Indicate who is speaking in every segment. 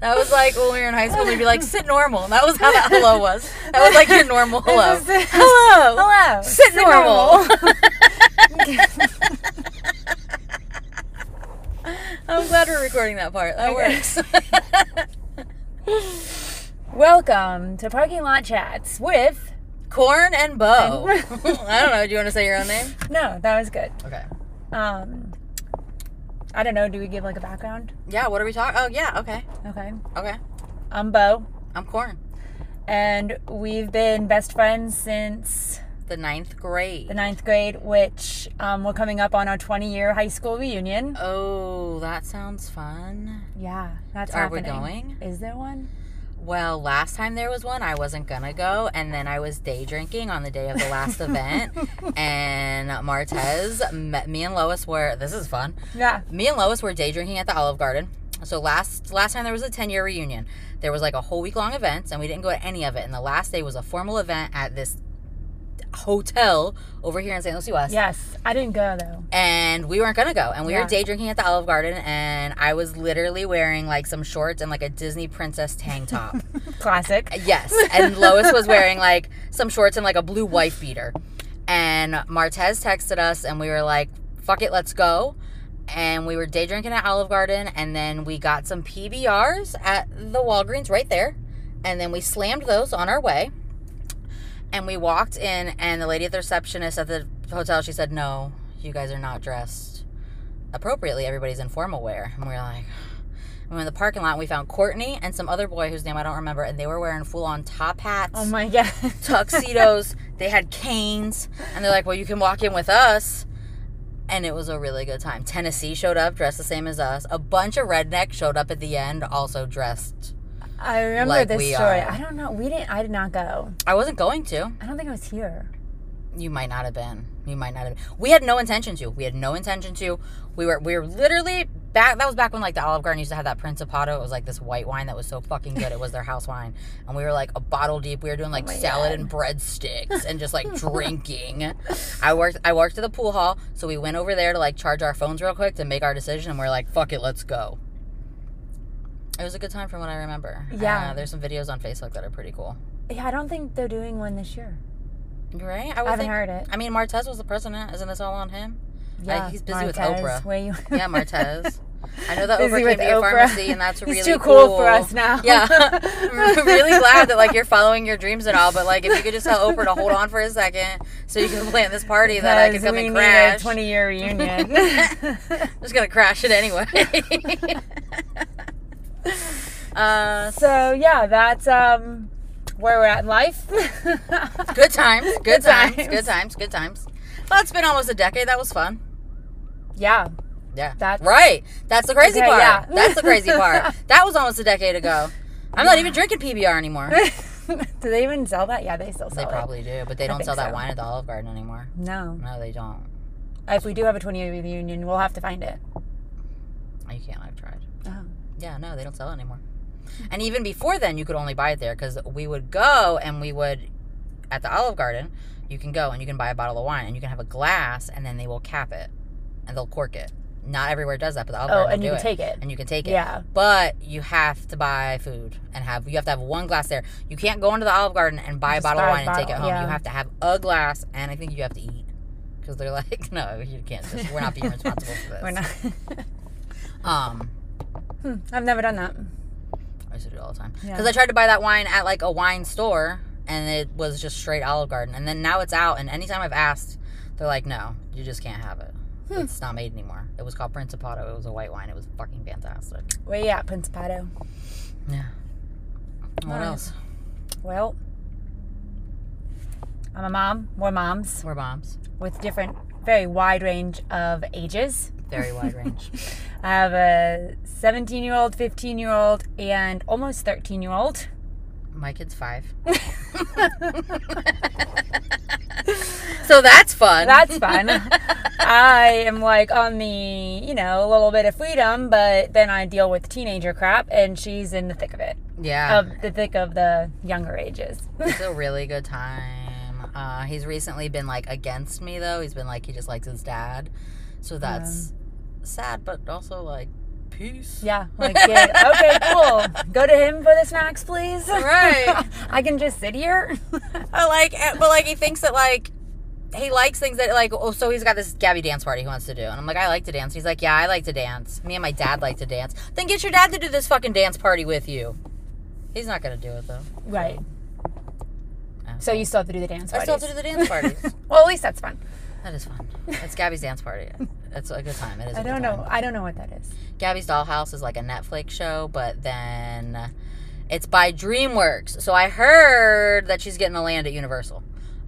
Speaker 1: That was like when we were in high school, we'd be like, sit normal. That was how that hello was. That was like your normal hello.
Speaker 2: This is- hello. Hello.
Speaker 1: Sit normal. I'm glad we're recording that part. That
Speaker 2: Okay.
Speaker 1: works.
Speaker 2: Welcome to Parking Lot Chats with.
Speaker 1: Corn and Bo. I
Speaker 2: And-
Speaker 1: don't know. Do you want to say your own name?
Speaker 2: No, that was good.
Speaker 1: Okay.
Speaker 2: Um, I don't know. Do we give like a background?
Speaker 1: Yeah, what are we talking? Oh, yeah, okay.
Speaker 2: Okay.
Speaker 1: Okay.
Speaker 2: I'm Bo,
Speaker 1: I'm Corn.
Speaker 2: and we've been best friends since
Speaker 1: The ninth grade.
Speaker 2: the ninth grade, which um, we're coming up on our 20 year high school reunion.
Speaker 1: oh, that sounds fun.
Speaker 2: Yeah, that's
Speaker 1: Are we going?
Speaker 2: happening. Is there one?
Speaker 1: Well, last time there was one, I wasn't gonna go, and then I was day drinking on the day of the last event, and Martez met me and Lois were this is fun.
Speaker 2: Yeah.
Speaker 1: Me and Lois were day drinking at the Olive Garden. So last last time there was a ten year reunion. There was like a whole week long event, and we didn't go to any of it. And the last day was a formal event at this hotel over here in St. Lucie West
Speaker 2: Yes. I didn't go though.
Speaker 1: and we weren't gonna go. And we
Speaker 2: Yeah.
Speaker 1: were day drinking at the Olive Garden, and I was literally wearing like some shorts and like a Disney princess tank top.
Speaker 2: Classic.
Speaker 1: yes, and Lois was wearing like some shorts and like a blue wife beater. And Martez texted us, and we were like, "Fuck it, let's go." And we were day drinking at Olive Garden, and then we got some PBRs at the Walgreens right there, and then we slammed those on our way. And we walked in, and the lady at the receptionist at the hotel, she said, "No, you guys are not dressed appropriately. Everybody's in formal wear." And we were like, "We were in the parking lot. and We found Courtney and some other boy whose name I don't remember, and they were wearing full-on top hats,
Speaker 2: Oh my god.
Speaker 1: tuxedos. they had canes, and they're like, "Well, you can walk in with us." And it was a really good time. Tennessee showed up dressed the same as us. A bunch of rednecks showed up at the end, also dressed.
Speaker 2: I remember
Speaker 1: Like
Speaker 2: this
Speaker 1: we
Speaker 2: story.
Speaker 1: are.
Speaker 2: I don't know. We didn't. I did not go.
Speaker 1: I wasn't going to.
Speaker 2: I don't think I was here.
Speaker 1: You might not have been. You might not have. Been. We had no intention to. We had no intention to. We were we were literally back. That was back when like the Olive Garden used to have that Principato. It was like this white wine that was so fucking good. It was their house wine, and we were like a bottle deep. We were doing like
Speaker 2: Oh my
Speaker 1: salad and breadsticks and just like drinking. I worked I worked at the pool hall, so we went over there to like charge our phones real quick to make our decision, and we're like, fuck it, let's go. It was a good time from what I remember.
Speaker 2: Yeah.
Speaker 1: Uh, there's some videos on Facebook that are pretty cool.
Speaker 2: Yeah, I don't think they're doing one this year.
Speaker 1: Right? I, would
Speaker 2: I haven't
Speaker 1: think-
Speaker 2: heard it.
Speaker 1: I mean, Martez was the president. Isn't this all on him?
Speaker 2: Yeah,
Speaker 1: he's busy with
Speaker 2: Martez,
Speaker 1: Oprah.
Speaker 2: Where you?
Speaker 1: Yeah, Martez. I know that
Speaker 2: Busy
Speaker 1: Oprah can
Speaker 2: with
Speaker 1: be
Speaker 2: Oprah.
Speaker 1: a pharmacy, and that's
Speaker 2: he's
Speaker 1: really
Speaker 2: too cool, for us now.
Speaker 1: Yeah, I'm really glad that like you're following your dreams and all. But like, if you could just tell Oprah to hold on for a second, so you can plan this party that I can
Speaker 2: Because
Speaker 1: come
Speaker 2: we
Speaker 1: and
Speaker 2: need a
Speaker 1: crash.
Speaker 2: 20 year reunion.
Speaker 1: I'm just gonna crash it anyway. uh,
Speaker 2: so yeah, that's um where we're at in life.
Speaker 1: good times, good,
Speaker 2: Good
Speaker 1: times,
Speaker 2: times.
Speaker 1: good times, good times. Well, it's been almost a decade. That was fun.
Speaker 2: yeah.
Speaker 1: Yeah.
Speaker 2: That's-
Speaker 1: right. That's the crazy
Speaker 2: Okay,
Speaker 1: part.
Speaker 2: yeah.
Speaker 1: That's the crazy part. That was almost a decade ago. I'm not even drinking PBR anymore.
Speaker 2: Do they even sell that? Yeah, they still sell
Speaker 1: They
Speaker 2: it.
Speaker 1: probably do, but they don't
Speaker 2: think
Speaker 1: sell that
Speaker 2: so.
Speaker 1: wine at the Olive Garden anymore.
Speaker 2: No.
Speaker 1: No, they don't.
Speaker 2: If we do have a 20 year reunion, we'll have to find it.
Speaker 1: You can't. I've tried.
Speaker 2: Oh.
Speaker 1: Yeah, no, they don't sell it anymore. And even before then, you could only buy it there because we would go and we would at the Olive Garden. You can go and you can buy a bottle of wine and you can have a glass and then they will cap it and they'll cork it. Not everywhere does that, but the Olive
Speaker 2: Oh,
Speaker 1: Garden will
Speaker 2: and you
Speaker 1: do
Speaker 2: can
Speaker 1: it.
Speaker 2: take it.
Speaker 1: and you can take it.
Speaker 2: Yeah.
Speaker 1: But you have to buy food and have you have to have one glass there. You can't go into the Olive Garden and buy a
Speaker 2: Just
Speaker 1: bottle
Speaker 2: buy
Speaker 1: of
Speaker 2: a
Speaker 1: wine and take it
Speaker 2: bottle,
Speaker 1: home. You
Speaker 2: yeah.
Speaker 1: have to have a glass, and I think you have to eat because they're like, no, you can't. Just, we're not being responsible for this.
Speaker 2: We're not.
Speaker 1: Um,
Speaker 2: Hmm, I've never done that.
Speaker 1: I used to do it all the time because
Speaker 2: Yeah.
Speaker 1: I tried to buy that wine at like a wine store, and it was just straight Olive Garden. And then now it's out, and anytime I've asked, they're like, no, you just can't have it.
Speaker 2: Hmm.
Speaker 1: It's not made anymore. It was called Principato. It was a white wine. It was fucking fantastic.
Speaker 2: Where you at, Principato?
Speaker 1: Yeah. What
Speaker 2: Nice.
Speaker 1: else?
Speaker 2: Well, I'm a mom. We're moms
Speaker 1: We're moms.
Speaker 2: with different, very wide range of ages.
Speaker 1: Very wide range.
Speaker 2: I have a 17 year old, 15 year old, and almost 13 year old.
Speaker 1: My kid's five. so that's fun.
Speaker 2: That's fun. I am like on the, you know, a little bit of freedom, but then I deal with teenager crap, and she's in the thick of it,
Speaker 1: yeah.
Speaker 2: of the thick of the younger ages.
Speaker 1: it's a really good time. Uh, he's recently been like against me though. He's been like he just likes his dad. So that's sad, but also like peace.
Speaker 2: Yeah. Like, yeah, okay, cool. Go to him for the snacks, please.
Speaker 1: Right.
Speaker 2: I can just sit here.
Speaker 1: I like, eh, but like he thinks that like he likes things that like oh so he's got this Gabby dance party he wants to do and I'm like I like to dance. He's like yeah I like to dance. Me and my dad like to dance. Then get your dad to do this fucking dance party with you. He's not gonna do it though.
Speaker 2: right. So you still have to do the dance
Speaker 1: Oh. I
Speaker 2: parties.
Speaker 1: still have to do the dance parties.
Speaker 2: well, at least that's fun.
Speaker 1: that is fun. It's Gabby's dance party. It's a good time. It is. I
Speaker 2: I don't know. I don't know what that is.
Speaker 1: Gabby's Dollhouse is like a Netflix show, but then it's by DreamWorks. So I heard that she's getting a land at Universal.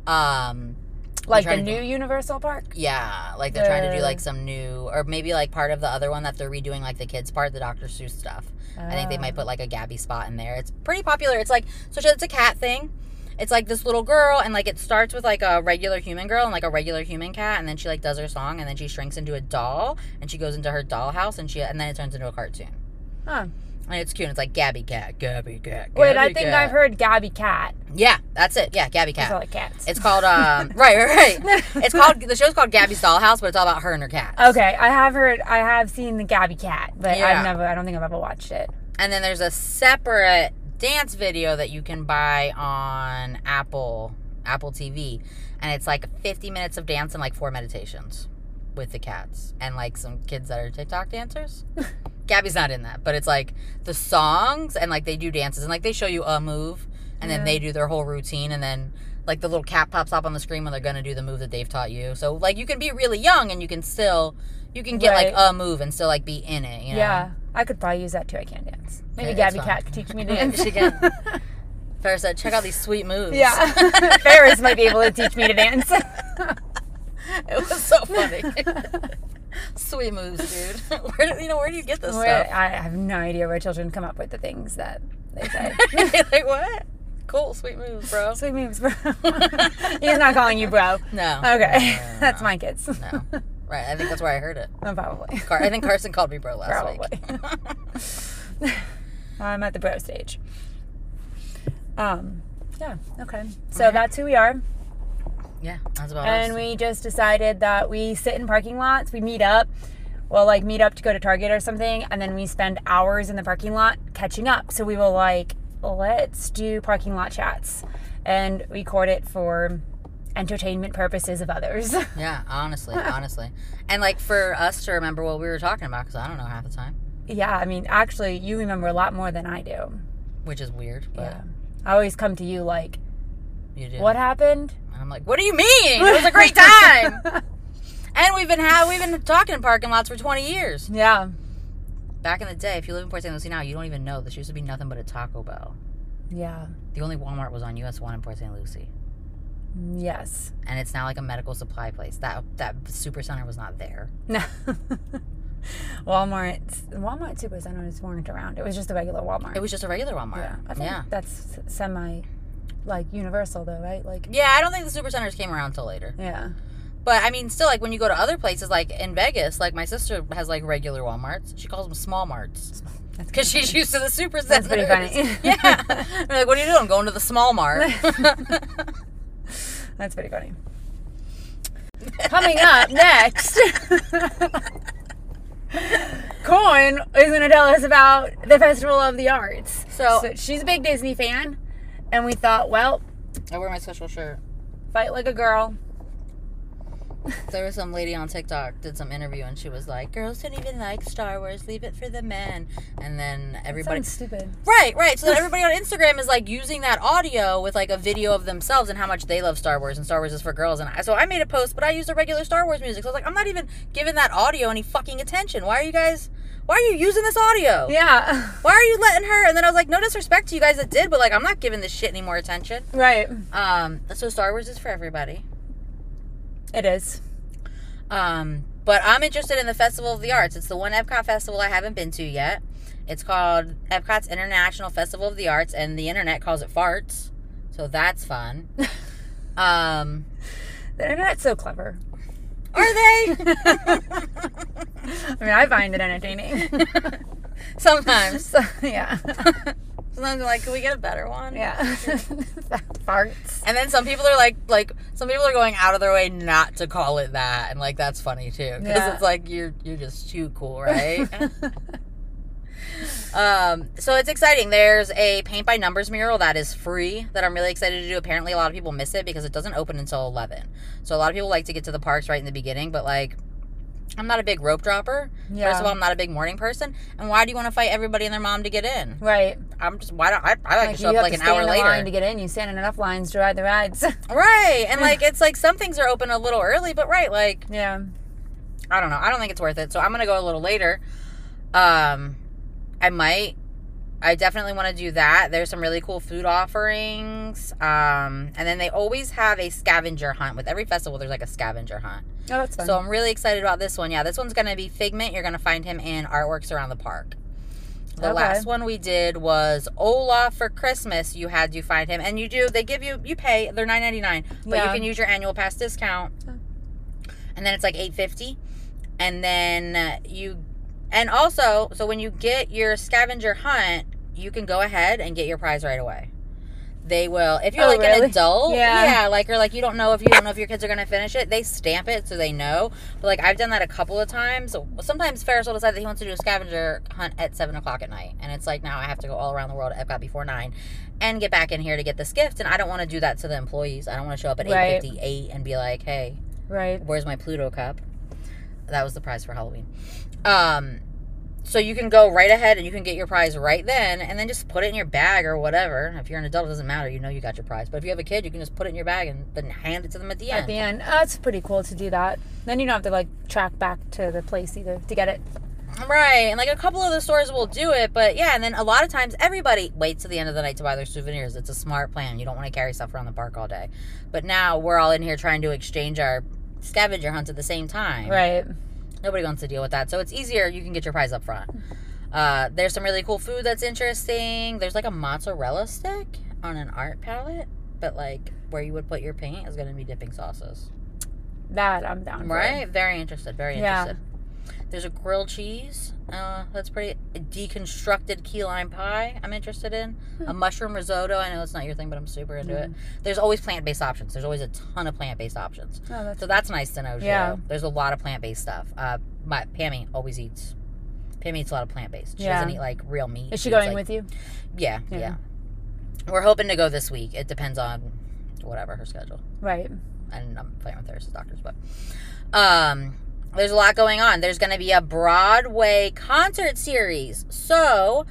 Speaker 1: Um,
Speaker 2: Like the
Speaker 1: trying to
Speaker 2: new Universal Park.
Speaker 1: yeah, like they're trying to do
Speaker 2: The-
Speaker 1: like some new, or maybe like part of the other one that they're redoing, like the kids part, the Dr. Seuss stuff. I think they
Speaker 2: Oh.
Speaker 1: might put like a Gabby spot in there. It's pretty popular. It's like so it's a cat thing. It's like this little girl, and like it starts with like a regular human girl and like a regular human cat, and then she like does her song, and then she shrinks into a doll, and she goes into her dollhouse, and she and then it turns into a cartoon.
Speaker 2: Huh.
Speaker 1: And it's cute. It's like Gabby Cat, Gabby Cat. Gabby
Speaker 2: Wait, I think
Speaker 1: Cat.
Speaker 2: I've heard Gabby Cat.
Speaker 1: Yeah, that's it. Yeah, Gabby
Speaker 2: That's all
Speaker 1: Cat.
Speaker 2: like cats.
Speaker 1: It's called um right, right, right. It's called the show's called Gabby's Dollhouse, but it's all about her and her cat.
Speaker 2: okay, I have heard. I have seen the Gabby Cat, but
Speaker 1: Yeah.
Speaker 2: I've never. I don't think I've ever watched it.
Speaker 1: And then there's a separate dance video that you can buy on Apple Apple TV, and it's like 50 minutes of dance and like four meditations with the cats and like some kids that are TikTok dancers. Gabby's not in that, but it's like the songs and like they do dances and like they show you a move and then
Speaker 2: Yeah.
Speaker 1: they do their whole routine and then like the little cat pops up on the screen when they're gonna do the move that they've taught you. So like you can be really young and you can still you can get
Speaker 2: Right.
Speaker 1: like a move and still like be in it. You
Speaker 2: Yeah.
Speaker 1: know?
Speaker 2: I could probably use that too. I can dance. Maybe
Speaker 1: Okay,
Speaker 2: Gabby
Speaker 1: that's
Speaker 2: Cat could teach me to
Speaker 1: Yeah,
Speaker 2: dance.
Speaker 1: she can. Farrah said, check out these sweet moves.
Speaker 2: yeah, Ferris might be able to teach me to dance.
Speaker 1: It was so funny. sweet moves, dude. Where do, you know, where do you get this
Speaker 2: Where,
Speaker 1: stuff?
Speaker 2: I have no idea where children come up with the things that they say.
Speaker 1: like, what? Cool, sweet moves, bro.
Speaker 2: Sweet memes, bro. He's not calling you bro.
Speaker 1: No.
Speaker 2: Okay, that's my kids.
Speaker 1: No. Right, I think that's where I heard it.
Speaker 2: Oh, probably.
Speaker 1: Car- I think Carson called me bro last week.
Speaker 2: I'm at the bro stage. Um, yeah. Okay. So that's who we are,
Speaker 1: Yeah, that's about
Speaker 2: and
Speaker 1: us.
Speaker 2: we just decided that we sit in parking lots. We meet up. We'll like meet up to go to Target or something, and then we spend hours in the parking lot catching up. So we will like let's do parking lot chats, and record it for entertainment purposes of others.
Speaker 1: yeah, honestly, honestly. And like for us to remember what we were talking about, because I don't know half the time,
Speaker 2: yeah. I mean, actually, you remember a lot more than I do.
Speaker 1: which is weird, but
Speaker 2: Yeah. I always come to you like,
Speaker 1: you do.
Speaker 2: what happened?
Speaker 1: And I'm like, what do you mean? It was a great time. and we've been ha- we've been talking in parking lots for 20 years.
Speaker 2: Yeah.
Speaker 1: Back in the day, if you live in Port St. Lucie now, you don't even know this used to be nothing but a Taco Bell.
Speaker 2: Yeah.
Speaker 1: The only Walmart was on US 1 in Port St. Lucie.
Speaker 2: Yes.
Speaker 1: And it's now like a medical supply place. That that super center was not there.
Speaker 2: No. Walmart. Walmart Supercenters weren't around. It was just a regular Walmart.
Speaker 1: It was just a regular Walmart. Yeah.
Speaker 2: yeah. I think
Speaker 1: yeah.
Speaker 2: that's semi, like universal though, right? Like.
Speaker 1: I don't think the super centers came around till later.
Speaker 2: Yeah.
Speaker 1: But I mean, still, like when you go to other places, like in Vegas, like my sister has like regular WalMarts. She calls them small marts
Speaker 2: That's
Speaker 1: because she's used to the super
Speaker 2: That's pretty funny.
Speaker 1: yeah. I'm like, what are you doing? Going to the small mart.
Speaker 2: That's pretty funny. Coming up next, Coin is going to tell us about the Festival of the Arts.
Speaker 1: So-
Speaker 2: so she's a big Disney fan, and we thought, well,
Speaker 1: I wear my special shirt.
Speaker 2: fight like a girl.
Speaker 1: There was some lady on TikTok did some interview and she was like, "Girls don't even like Star Wars. Leave it for the men." And then everybody,
Speaker 2: Sounds stupid.
Speaker 1: right, right. So then everybody on Instagram is like using that audio with like a video of themselves and how much they love Star Wars and Star Wars is for girls. And I, so I made a post, but I used the regular Star Wars music. So I was like, I'm not even giving that audio any fucking attention. Why are you guys? Why are you using this audio?
Speaker 2: Yeah.
Speaker 1: Why are you letting her? And then I was like, no disrespect to you guys that did, but like, I'm not giving this shit any more attention.
Speaker 2: Right.
Speaker 1: Um, so Star Wars is for everybody.
Speaker 2: It is.
Speaker 1: Um, but I'm interested in the Festival of the Arts. It's the one Epcot festival I haven't been to yet. It's called Epcot's International Festival of the Arts, and the internet calls it farts. So that's fun. um,
Speaker 2: The internet's so clever.
Speaker 1: are they?
Speaker 2: I mean, I find it entertaining.
Speaker 1: Sometimes.
Speaker 2: so, yeah.
Speaker 1: Sometimes I'm like, can we get a better one?
Speaker 2: Yeah. Farts.
Speaker 1: And then some people are like, like some people are going out of their way not to call it that, and like that's funny too, because
Speaker 2: Yeah.
Speaker 1: it's like you're you're just too cool, right? Um, so it's exciting. There's a paint by numbers mural that is free that I'm really excited to do. Apparently, a lot of people miss it because it doesn't open until 11. So a lot of people like to get to the parks right in the beginning, but like, I'm not a big rope dropper.
Speaker 2: Yeah.
Speaker 1: First of all, I'm not a big morning person. And why do you want to fight everybody and their mom to get in?
Speaker 2: Right.
Speaker 1: I'm just why don't I, I like, to show up like an
Speaker 2: stand
Speaker 1: hour
Speaker 2: in the
Speaker 1: later.
Speaker 2: line to get in. You stand in enough lines to ride the rides.
Speaker 1: Right. And like it's like some things are open a little early, but right, like
Speaker 2: yeah.
Speaker 1: I don't know. I don't think it's worth it. So I'm gonna go a little later. Um I might I definitely want to do that. There's some really cool food offerings. Um and then they always have a scavenger hunt. With every festival there's like a scavenger hunt.
Speaker 2: Oh, that's fun.
Speaker 1: So I'm really excited about this one. Yeah, this one's gonna be Figment. You're gonna find him in artworks around the park. The
Speaker 2: Okay.
Speaker 1: last one we did was Olaf for Christmas. You had to find him, and you do. They give you you pay. They're nine ninety nine, but you
Speaker 2: Yeah.
Speaker 1: can use your annual pass discount,
Speaker 2: Oh.
Speaker 1: and then it's like eight fifty, and then uh, you, and also so when you get your scavenger hunt, you can go ahead and get your prize right away. They will if you're
Speaker 2: Oh,
Speaker 1: like an
Speaker 2: really?
Speaker 1: adult,
Speaker 2: Yeah.
Speaker 1: yeah, like or like you don't know if you don't know if your kids are gonna finish it. They stamp it so they know. But like I've done that a couple of times. Sometimes Ferris will decide that he wants to do a scavenger hunt at seven o'clock at night, and it's like now I have to go all around the world at Epcot before nine, and get back in here to get this gift. And I don't want to do that to the employees. I don't want to show up at
Speaker 2: Right.
Speaker 1: eight fifty eight and be like, hey,
Speaker 2: right.
Speaker 1: where's my Pluto cup? That was the prize for Halloween. Um, so you can go right ahead and you can get your prize right then, and then just put it in your bag or whatever. If you're an adult, it doesn't matter. You know you got your prize. But if you have a kid, you can just put it in your bag and then hand it to them at the
Speaker 2: At
Speaker 1: end.
Speaker 2: the end, oh, that's pretty cool to do that. Then you don't have to like track back to the place either to get it.
Speaker 1: Right, and like a couple of the stores will do it, but yeah, and then a lot of times everybody waits till the end of the night to buy their souvenirs. It's a smart plan. You don't want to carry stuff around the park all day. But now we're all in here trying to exchange our scavenger hunts at the same time.
Speaker 2: Right.
Speaker 1: Nobody wants to deal with that. So it's easier. You can get your prize up front. Uh, there's some really cool food that's interesting. There's like a mozzarella stick on an art palette, but like where you would put your paint is going to be dipping sauces.
Speaker 2: That I'm down for.
Speaker 1: Right? Very interested. Very
Speaker 2: Yeah.
Speaker 1: interested. There's a grilled cheese. Uh, that's pretty. A deconstructed key lime pie. I'm interested in
Speaker 2: Hmm.
Speaker 1: a mushroom risotto. I know it's not your thing, but I'm super into it. There's always plant based options. There's always a ton of plant based options.
Speaker 2: Oh, that's
Speaker 1: So that's nice to know. Too.
Speaker 2: Yeah.
Speaker 1: There's a lot of plant based stuff. Uh, my Pammy always eats. Pammy eats a lot of plant based. She
Speaker 2: Yeah.
Speaker 1: doesn't eat like real meat.
Speaker 2: Is she
Speaker 1: eats,
Speaker 2: going
Speaker 1: like-
Speaker 2: with you?
Speaker 1: Yeah, yeah,
Speaker 2: Yeah.
Speaker 1: We're hoping to go this week. It depends on whatever her schedule.
Speaker 2: Right.
Speaker 1: And I'm playing with her as doctors, but um, there's a lot going on. There's going to be a Broadway concert series. So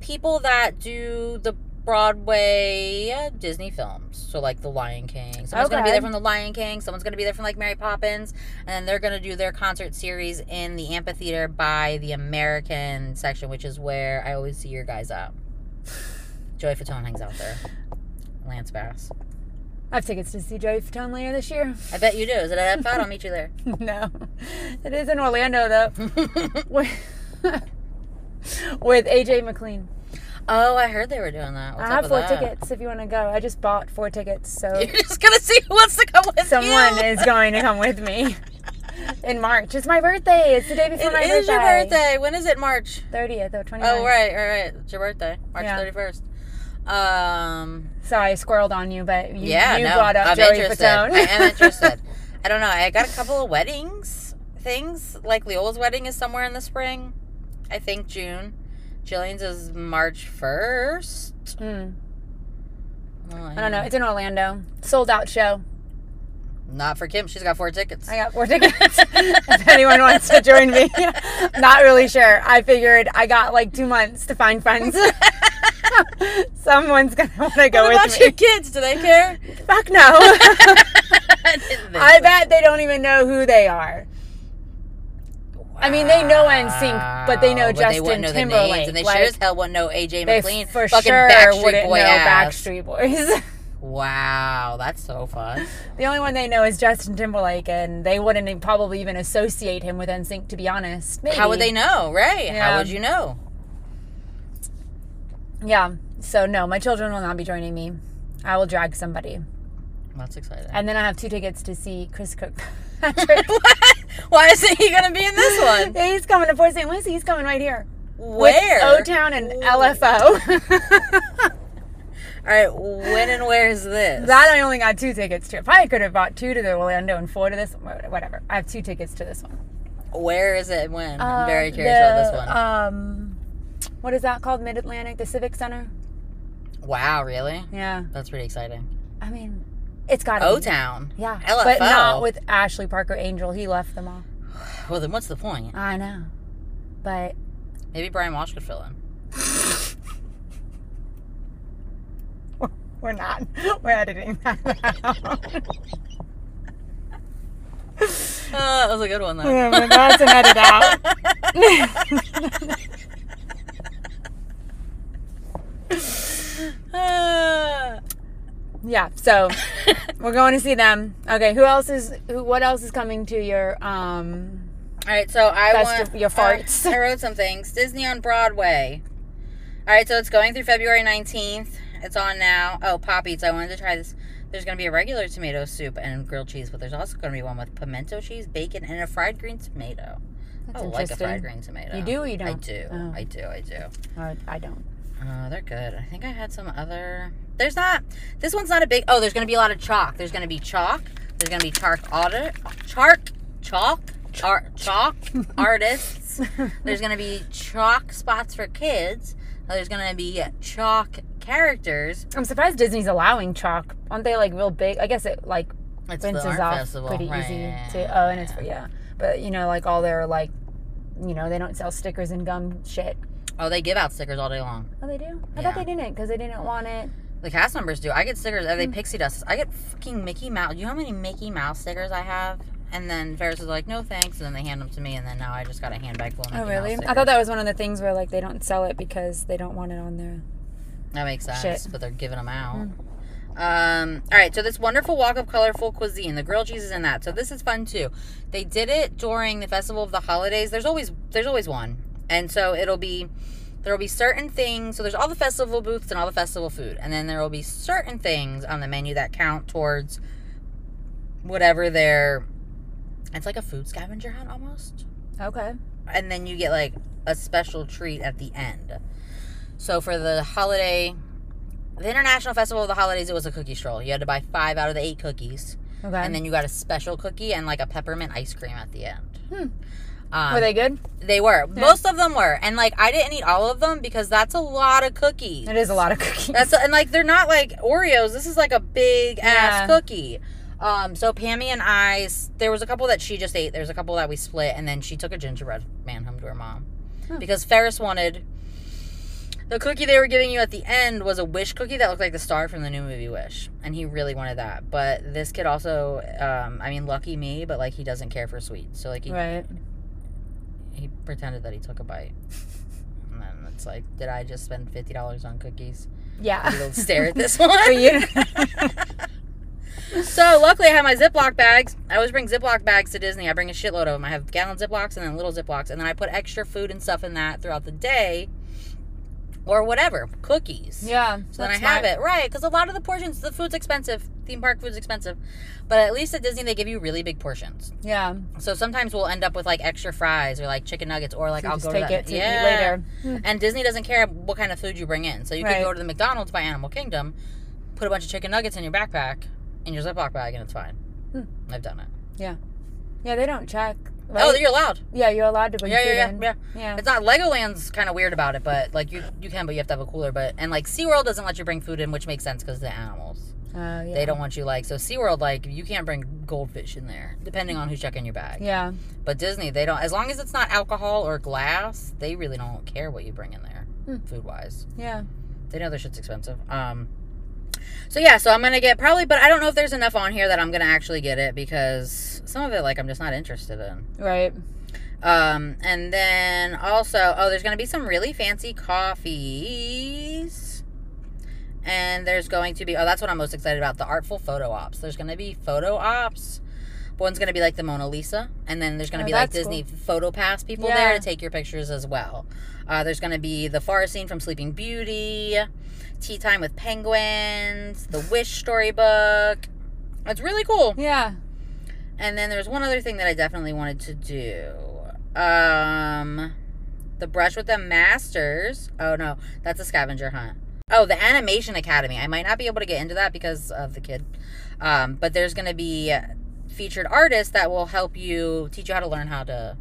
Speaker 1: people that do the Broadway uh, Disney films. So like The Lion King. Someone's gonna be
Speaker 2: Okay.
Speaker 1: there from The Lion King. Someone's gonna be there from like Mary Poppins, and then they're gonna do their concert series in the amphitheater by the American section, which is where I always see your guys at. Joey Fatone hangs out there. Lance Bass.
Speaker 2: I have tickets to see Joey Fatone later this year.
Speaker 1: I bet you do. Is it at Epcot? I'll meet you there.
Speaker 2: no, it is in Orlando though. with, with AJ McLean.
Speaker 1: oh, I heard they were doing that. What's
Speaker 2: I have
Speaker 1: up
Speaker 2: four
Speaker 1: with that?
Speaker 2: tickets if you want to go. I just bought four tickets, so
Speaker 1: You're just gonna see who wants to come with
Speaker 2: someone
Speaker 1: you.
Speaker 2: is going to come with me in March. It's my birthday. It's the day before my
Speaker 1: It is
Speaker 2: birthday.
Speaker 1: your birthday. When is it? March.
Speaker 2: 30th or 29th.
Speaker 1: Oh right, right, right. It's your birthday, March
Speaker 2: Yeah.
Speaker 1: thirty first. Um,
Speaker 2: Sorry, I squirreled on you, but you,
Speaker 1: yeah,
Speaker 2: you
Speaker 1: no,
Speaker 2: brought up
Speaker 1: I'm
Speaker 2: Joey
Speaker 1: interested.
Speaker 2: Fatone.
Speaker 1: I am interested. I don't know. I got a couple of weddings things. Like Leola's wedding is somewhere in the spring. I think June. Jillian's is March first.
Speaker 2: Hmm, I don't know. It's in Orlando. Sold out show.
Speaker 1: Not for Kim. She's got four tickets.
Speaker 2: I got four tickets. if anyone wants to join me, not really sure. I figured I got like two months to find friends. Someone's gonna want to go
Speaker 1: what
Speaker 2: with
Speaker 1: about
Speaker 2: me.
Speaker 1: your kids? Do they care?
Speaker 2: Fuck no.
Speaker 1: I didn't think
Speaker 2: I
Speaker 1: so.
Speaker 2: bet they don't even know who they are. I mean, they know NSYNC, but they know
Speaker 1: Wow,
Speaker 2: Justin
Speaker 1: wouldn't know the names,
Speaker 2: Timberlake.
Speaker 1: and they
Speaker 2: like,
Speaker 1: sure as hell wouldn't know AJ
Speaker 2: they
Speaker 1: McLean.
Speaker 2: for
Speaker 1: fucking
Speaker 2: sure
Speaker 1: Backstreet
Speaker 2: wouldn't
Speaker 1: Boy
Speaker 2: know
Speaker 1: ass.
Speaker 2: Backstreet Boys.
Speaker 1: Wow, that's so fun.
Speaker 2: the only one they know is Justin Timberlake, and they wouldn't even- probably even associate him with NSYNC. To be honest, maybe.
Speaker 1: How would they know, right? How
Speaker 2: Yeah.
Speaker 1: would you know?
Speaker 2: Yeah. So no, my children will not be joining me. I will drag somebody,
Speaker 1: That's exciting.
Speaker 2: and then I have two tickets to see Chris Kirkpatrick.
Speaker 1: Why isn't he gonna be in this one?
Speaker 2: Yeah, he's coming to Port St. Lucie. He's coming right here.
Speaker 1: Where?
Speaker 2: O Town and LFO.
Speaker 1: All right, when and where is this?
Speaker 2: That I only got two tickets to. I probably could have bought two to the Orlando and four to this one. Whatever. I have two tickets to this one.
Speaker 1: where is it? and When? I'm very
Speaker 2: Um,
Speaker 1: curious
Speaker 2: the,
Speaker 1: about this one.
Speaker 2: Um, what is that called? Mid Atlantic, the Civic Center.
Speaker 1: Wow, really?
Speaker 2: Yeah,
Speaker 1: That's pretty exciting.
Speaker 2: I mean, it's got
Speaker 1: O Town.
Speaker 2: Yeah,
Speaker 1: LFO.
Speaker 2: but not with Ashley Parker Angel. He left them all.
Speaker 1: Well, then what's the point?
Speaker 2: I know, but
Speaker 1: Maybe Brian Walsh could fill in.
Speaker 2: we're not. We're editing that. out.
Speaker 1: Uh, that was a good one, though.
Speaker 2: Yeah, we're not to edit out.
Speaker 1: Uh,
Speaker 2: Yeah, so we're going to see them. Okay, who else is? Who? What else is coming to your? Um,
Speaker 1: All right, so I
Speaker 2: That's
Speaker 1: want
Speaker 2: your- your farts.
Speaker 1: I, I wrote some things. Disney on Broadway. All right, so it's going through February nineteenth. It's on now. Oh, Pop Eats. I wanted to try this. There's going to be a regular tomato soup and grilled cheese, but there's also going to be one with pimento cheese, bacon, and a fried green tomato.
Speaker 2: that's
Speaker 1: I like a
Speaker 2: interesting.
Speaker 1: fried green tomato.
Speaker 2: You do or you
Speaker 1: I
Speaker 2: don't?
Speaker 1: do.
Speaker 2: Oh.
Speaker 1: I do. I do.
Speaker 2: Or I don't.
Speaker 1: Oh, they're good. I think I had some other. There's not. This one's not a big. Oh, there's going to be a lot of chalk. There's going to be chalk. There's going to be chalk audit. Chalk. Chalk. Char, chalk artists. There's going to be chalk spots for kids. Uh, There's going to be chalk characters.
Speaker 2: I'm surprised Disney's allowing chalk. Aren't they like real big? I guess it like
Speaker 1: It's the
Speaker 2: rinses
Speaker 1: art
Speaker 2: off
Speaker 1: festival.
Speaker 2: pretty
Speaker 1: right.
Speaker 2: easy to. Oh, and it's yeah. But you know, like all their like, you know, they don't sell stickers and gum shit.
Speaker 1: Oh, they give out stickers all day long.
Speaker 2: Oh, they do.
Speaker 1: Yeah.
Speaker 2: I thought they didn't because they didn't want it.
Speaker 1: The cast members do. I get stickers. Are
Speaker 2: Mm.
Speaker 1: they pixie dust? I get fucking Mickey Mouse. You know how many Mickey Mouse stickers I have? And then Ferris is like, no thanks. And then they hand them to me. And then now I just got a handbag full of Mickey
Speaker 2: Oh, really?
Speaker 1: Mouse
Speaker 2: I thought that was one of the things where like they don't sell it because they don't want it on their.
Speaker 1: stickers. That makes sense.
Speaker 2: Shit.
Speaker 1: But they're giving them out. Um, all right. So this wonderful walk of colorful cuisine, the grilled cheeses and that. So this is fun too. They did it during the festival of the holidays. There's always there's always one, and so it'll be. There will be certain things. So there's all the festival booths and all the festival food, and then there will be certain things on the menu that count towards whatever their it's like a food scavenger hunt almost
Speaker 2: Okay.
Speaker 1: and then you get like a special treat at the end so for the holiday the international festival of the holidays it was a cookie stroll you had to buy five out of the eight cookies
Speaker 2: Okay.
Speaker 1: and then you got a special cookie and like a peppermint ice cream at the end
Speaker 2: Hmm.
Speaker 1: um,
Speaker 2: were they good?
Speaker 1: they were most of them were and like i didn't eat all of them because that's a lot of cookies
Speaker 2: It is a lot of cookies.
Speaker 1: that's and like they're not like Oreos. This is like a big
Speaker 2: Yeah.
Speaker 1: ass cookie. Um, so Pammy and I, s- there was a couple that she just ate. There was a couple that we split, and then she took a gingerbread man home to her mom
Speaker 2: Hmm.
Speaker 1: because Ferris wanted the cookie they were giving you at the end was a wish cookie that looked like the star from the new movie Wish, and he really wanted that. But this kid also, um, I mean, lucky me, but like he doesn't care for sweets, so like he
Speaker 2: right.
Speaker 1: he pretended that he took a bite, and then it's like, did I just spend fifty dollars on cookies?
Speaker 2: Yeah.
Speaker 1: You'll stare at this one.
Speaker 2: But you-
Speaker 1: So luckily, I have my Ziploc bags. I always bring Ziploc bags to Disney. I bring a shitload of them. I have gallon Ziplocs and then little Ziplocs, and then I put extra food and stuff in that throughout the day, or whatever, cookies.
Speaker 2: yeah.
Speaker 1: So then I have it right because a lot of the portions, the food's expensive. Theme park food's expensive, but at least at Disney they give you really big portions.
Speaker 2: Yeah.
Speaker 1: So sometimes we'll end up with like extra fries or like chicken nuggets or like
Speaker 2: So you
Speaker 1: I'll
Speaker 2: just
Speaker 1: go
Speaker 2: take
Speaker 1: to that.
Speaker 2: it to eat later.
Speaker 1: And Disney doesn't care what kind of food you bring in. So you
Speaker 2: Right.
Speaker 1: can go to the McDonald's by Animal Kingdom, put a bunch of chicken nuggets in your backpack, in your Ziploc bag, and it's fine.
Speaker 2: Hmm.
Speaker 1: I've done it.
Speaker 2: Yeah, they don't check.
Speaker 1: Oh,
Speaker 2: right?
Speaker 1: you're allowed.
Speaker 2: yeah, you're allowed to bring
Speaker 1: Yeah,
Speaker 2: food
Speaker 1: yeah,
Speaker 2: in.
Speaker 1: yeah,
Speaker 2: Yeah.
Speaker 1: It's not Legoland's kind of weird about it, but like you you can, but you have to have a cooler. But and like SeaWorld doesn't let you bring food in, which makes sense because the animals.
Speaker 2: Oh, yeah.
Speaker 1: They don't want you like so SeaWorld like you can't bring goldfish in there, depending on who's checking your bag.
Speaker 2: Yeah.
Speaker 1: But Disney, they don't. As long as it's not alcohol or glass, they really don't care what you bring in there,
Speaker 2: Hmm.
Speaker 1: food wise.
Speaker 2: Yeah.
Speaker 1: They know their shit's expensive. Um, so yeah, so I'm gonna get probably, but I don't know if there's enough on here that I'm gonna actually get it because some of it like I'm just not interested in.
Speaker 2: Right.
Speaker 1: Um, and then also, oh, there's gonna be some really fancy coffees. And there's going to be oh, that's what I'm most excited about the artful photo ops. There's gonna be photo ops. One's gonna be like the Mona Lisa, and then there's gonna
Speaker 2: Oh,
Speaker 1: be like
Speaker 2: that's
Speaker 1: Disney photo pass people
Speaker 2: Yeah.
Speaker 1: there to take your pictures as well. Uh, there's gonna be the forest scene from Sleeping Beauty, Tea Time with Penguins, the Wish storybook. It's really cool.
Speaker 2: Yeah.
Speaker 1: And then there's one other thing that I definitely wanted to do. Um the brush with the masters. Oh no, that's a scavenger hunt. Oh, the animation academy. I might not be able to get into that because of the kid. Um, but there's going to be featured artists that will help you teach you how to learn how to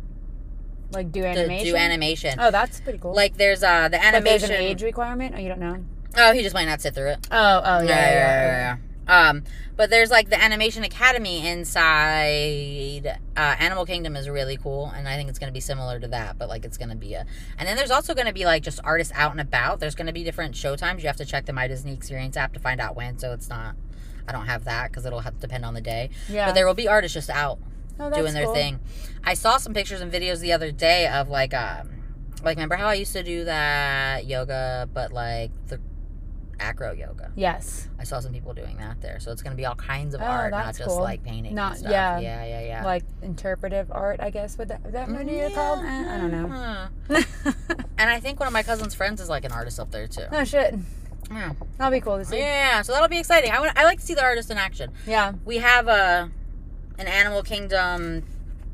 Speaker 2: Like do
Speaker 1: to
Speaker 2: animation.
Speaker 1: do animation.
Speaker 2: Oh, that's pretty cool.
Speaker 1: Like there's uh the
Speaker 2: but there's
Speaker 1: animation.
Speaker 2: an age requirement. Oh, you don't know.
Speaker 1: Oh, he just might not sit through it.
Speaker 2: Oh, oh yeah, yeah,
Speaker 1: yeah, yeah. Um, but there's like the Animation Academy inside uh, Animal Kingdom is really cool, and I think it's going to be similar to that. But like, it's going to be a, and then there's also going to be like just artists out and about. There's going to be different show times. You have to check the My Disney Experience app to find out when. So it's not, I don't have that because it'll have to depend on the day.
Speaker 2: Yeah.
Speaker 1: But there will be artists just out
Speaker 2: Oh,
Speaker 1: doing
Speaker 2: that's
Speaker 1: their
Speaker 2: cool.
Speaker 1: thing. I saw some pictures and videos the other day of like um like remember how I used to do that yoga but like the acro yoga.
Speaker 2: Yes.
Speaker 1: I saw some people doing that there. So it's going to be all kinds of
Speaker 2: Oh,
Speaker 1: art, not
Speaker 2: that's
Speaker 1: just
Speaker 2: cool.
Speaker 1: like painting and
Speaker 2: Not-
Speaker 1: stuff.
Speaker 2: yeah.
Speaker 1: yeah, yeah, yeah.
Speaker 2: Like interpretive art, I guess. Would that would that what
Speaker 1: Yeah,
Speaker 2: you call? it? Eh, I don't know.
Speaker 1: huh. and I think one of my cousin's friends is like an artist up there too.
Speaker 2: oh shit,
Speaker 1: Yeah.
Speaker 2: that'll be cool to see.
Speaker 1: Yeah, so that'll be exciting. I want I like to see the artist in action.
Speaker 2: Yeah.
Speaker 1: We have a an Animal Kingdom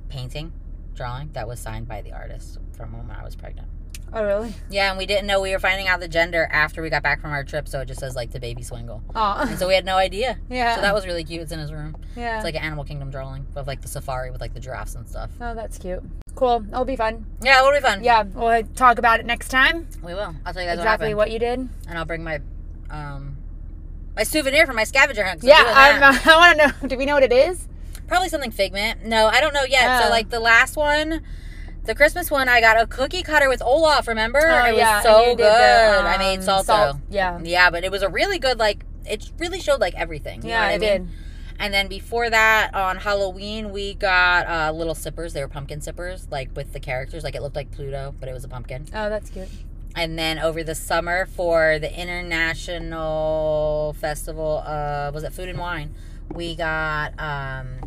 Speaker 1: painting drawing that was signed by the artist from when I was pregnant.
Speaker 2: Oh really?
Speaker 1: Yeah, and we didn't know we were finding out the gender after we got back from our trip, so it just says like the baby swingle.
Speaker 2: Oh
Speaker 1: And so we had no idea.
Speaker 2: yeah.
Speaker 1: So that was really cute. It's in his room.
Speaker 2: yeah.
Speaker 1: It's like an Animal Kingdom drawing of like the safari with like the giraffes and stuff.
Speaker 2: oh, that's cute. Cool. That'll be fun.
Speaker 1: Yeah, it'll be fun.
Speaker 2: Yeah. We'll talk about it next time.
Speaker 1: We will. I'll tell you guys
Speaker 2: exactly
Speaker 1: what happened.
Speaker 2: what you did.
Speaker 1: And I'll bring my um my souvenir from my scavenger hunt. 'cause I'm
Speaker 2: yeah.
Speaker 1: doing that.
Speaker 2: I'm, I want to know. Do we know what it is?
Speaker 1: Probably something Figment. No, I don't know yet. So
Speaker 2: Oh.
Speaker 1: like the last one, the Christmas one, I got a cookie cutter with Olaf. Remember? it was
Speaker 2: Oh, and
Speaker 1: so
Speaker 2: you
Speaker 1: good.
Speaker 2: did the,
Speaker 1: I made
Speaker 2: um,
Speaker 1: salto.
Speaker 2: salt- Yeah.
Speaker 1: Yeah, but it was a really good like. It really showed like everything. You know
Speaker 2: Yeah,
Speaker 1: what
Speaker 2: I
Speaker 1: I mean?
Speaker 2: did.
Speaker 1: And then before that, on Halloween, we got uh, little sippers. They were pumpkin sippers, like with the characters. Like it looked like Pluto, but it was a pumpkin.
Speaker 2: Oh, that's cute.
Speaker 1: And then over the summer for the International Festival of, was it Food and Wine? We got um,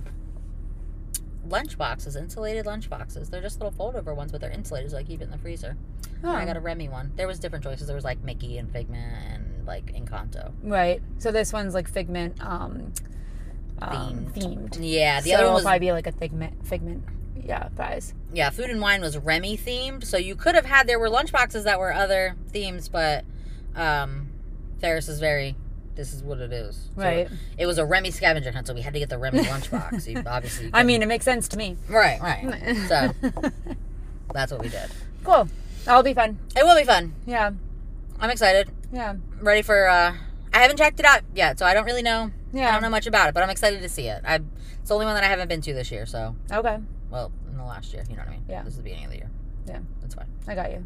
Speaker 1: lunch boxes, insulated lunch boxes. They're just little fold over ones, but they're insulated, so I keep it in the freezer.
Speaker 2: Oh.
Speaker 1: And I got a Remy one. There was different choices. There was like Mickey and Figment and like Encanto.
Speaker 2: Right. So this one's like figment um, um
Speaker 1: Themed.
Speaker 2: themed.
Speaker 1: Yeah, the
Speaker 2: so
Speaker 1: other
Speaker 2: it'll
Speaker 1: one was
Speaker 2: probably be like a figment figment yeah thighs.
Speaker 1: yeah, food and wine was Remy themed. So you could have had there were lunch boxes that were other themes, but um Ferris is very this is what it is. So
Speaker 2: Right.
Speaker 1: It was a Remy scavenger hunt, so we had to get the Remy lunchbox. You, obviously, you
Speaker 2: I
Speaker 1: couldn't-
Speaker 2: mean it makes sense to me.
Speaker 1: right, right. So that's what we did.
Speaker 2: Cool. That'll be fun.
Speaker 1: It will be fun.
Speaker 2: Yeah.
Speaker 1: I'm excited.
Speaker 2: Yeah.
Speaker 1: Ready for? uh I haven't checked it out yet, so I don't really know. I
Speaker 2: Yeah.
Speaker 1: don't know much about it, but I'm excited to see it. I it's the only one that I haven't been to this year. So
Speaker 2: Okay.
Speaker 1: well, in the last year, you know what I mean.
Speaker 2: Yeah.
Speaker 1: This is the beginning of the year.
Speaker 2: Yeah.
Speaker 1: That's fine.
Speaker 2: I got you.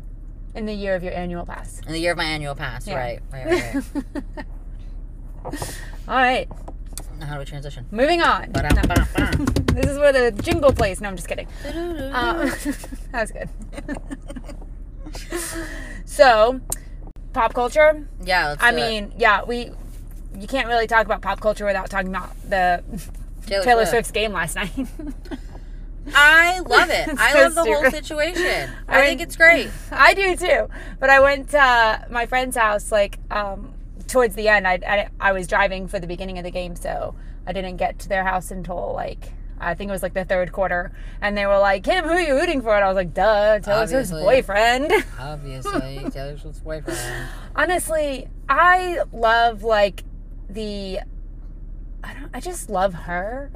Speaker 2: In the year of your annual pass.
Speaker 1: In the year of my annual pass,
Speaker 2: Yeah.
Speaker 1: right, right, right. right.
Speaker 2: All right.
Speaker 1: How do we transition?
Speaker 2: Moving on.
Speaker 1: Ba-dum,
Speaker 2: No.
Speaker 1: ba-dum, ba-dum.
Speaker 2: this is where the jingle plays. No, I'm just kidding. Um, that was good. so, pop culture.
Speaker 1: yeah, let's
Speaker 2: I
Speaker 1: do it.
Speaker 2: mean, yeah, we you can't really talk about pop culture without talking about the
Speaker 1: Taylor,
Speaker 2: Taylor
Speaker 1: Swift.
Speaker 2: Swift's game last night.
Speaker 1: I love it. I
Speaker 2: So
Speaker 1: love the whole
Speaker 2: stupid.
Speaker 1: situation.
Speaker 2: I
Speaker 1: I think
Speaker 2: mean-
Speaker 1: it's great.
Speaker 2: I do too, but I went to uh, my friend's house like um, towards the end. I, I I was driving for the beginning of the game, so I didn't get to their house until like. I think it was like the third quarter, and they were like, "Kim, who are you rooting for?" And I was like, "Duh, Taylor Swift's
Speaker 1: Obviously.
Speaker 2: boyfriend."
Speaker 1: Obviously, Taylor Swift's boyfriend.
Speaker 2: honestly i love like the i don't i just love her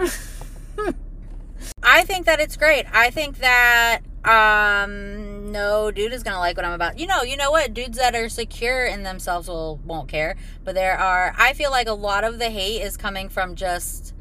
Speaker 1: I think that it's great. I think that um no dude is gonna like what I'm about. You know, you know what? Dudes that are secure in themselves will won't care. But there are I feel like a lot of the hate is coming from just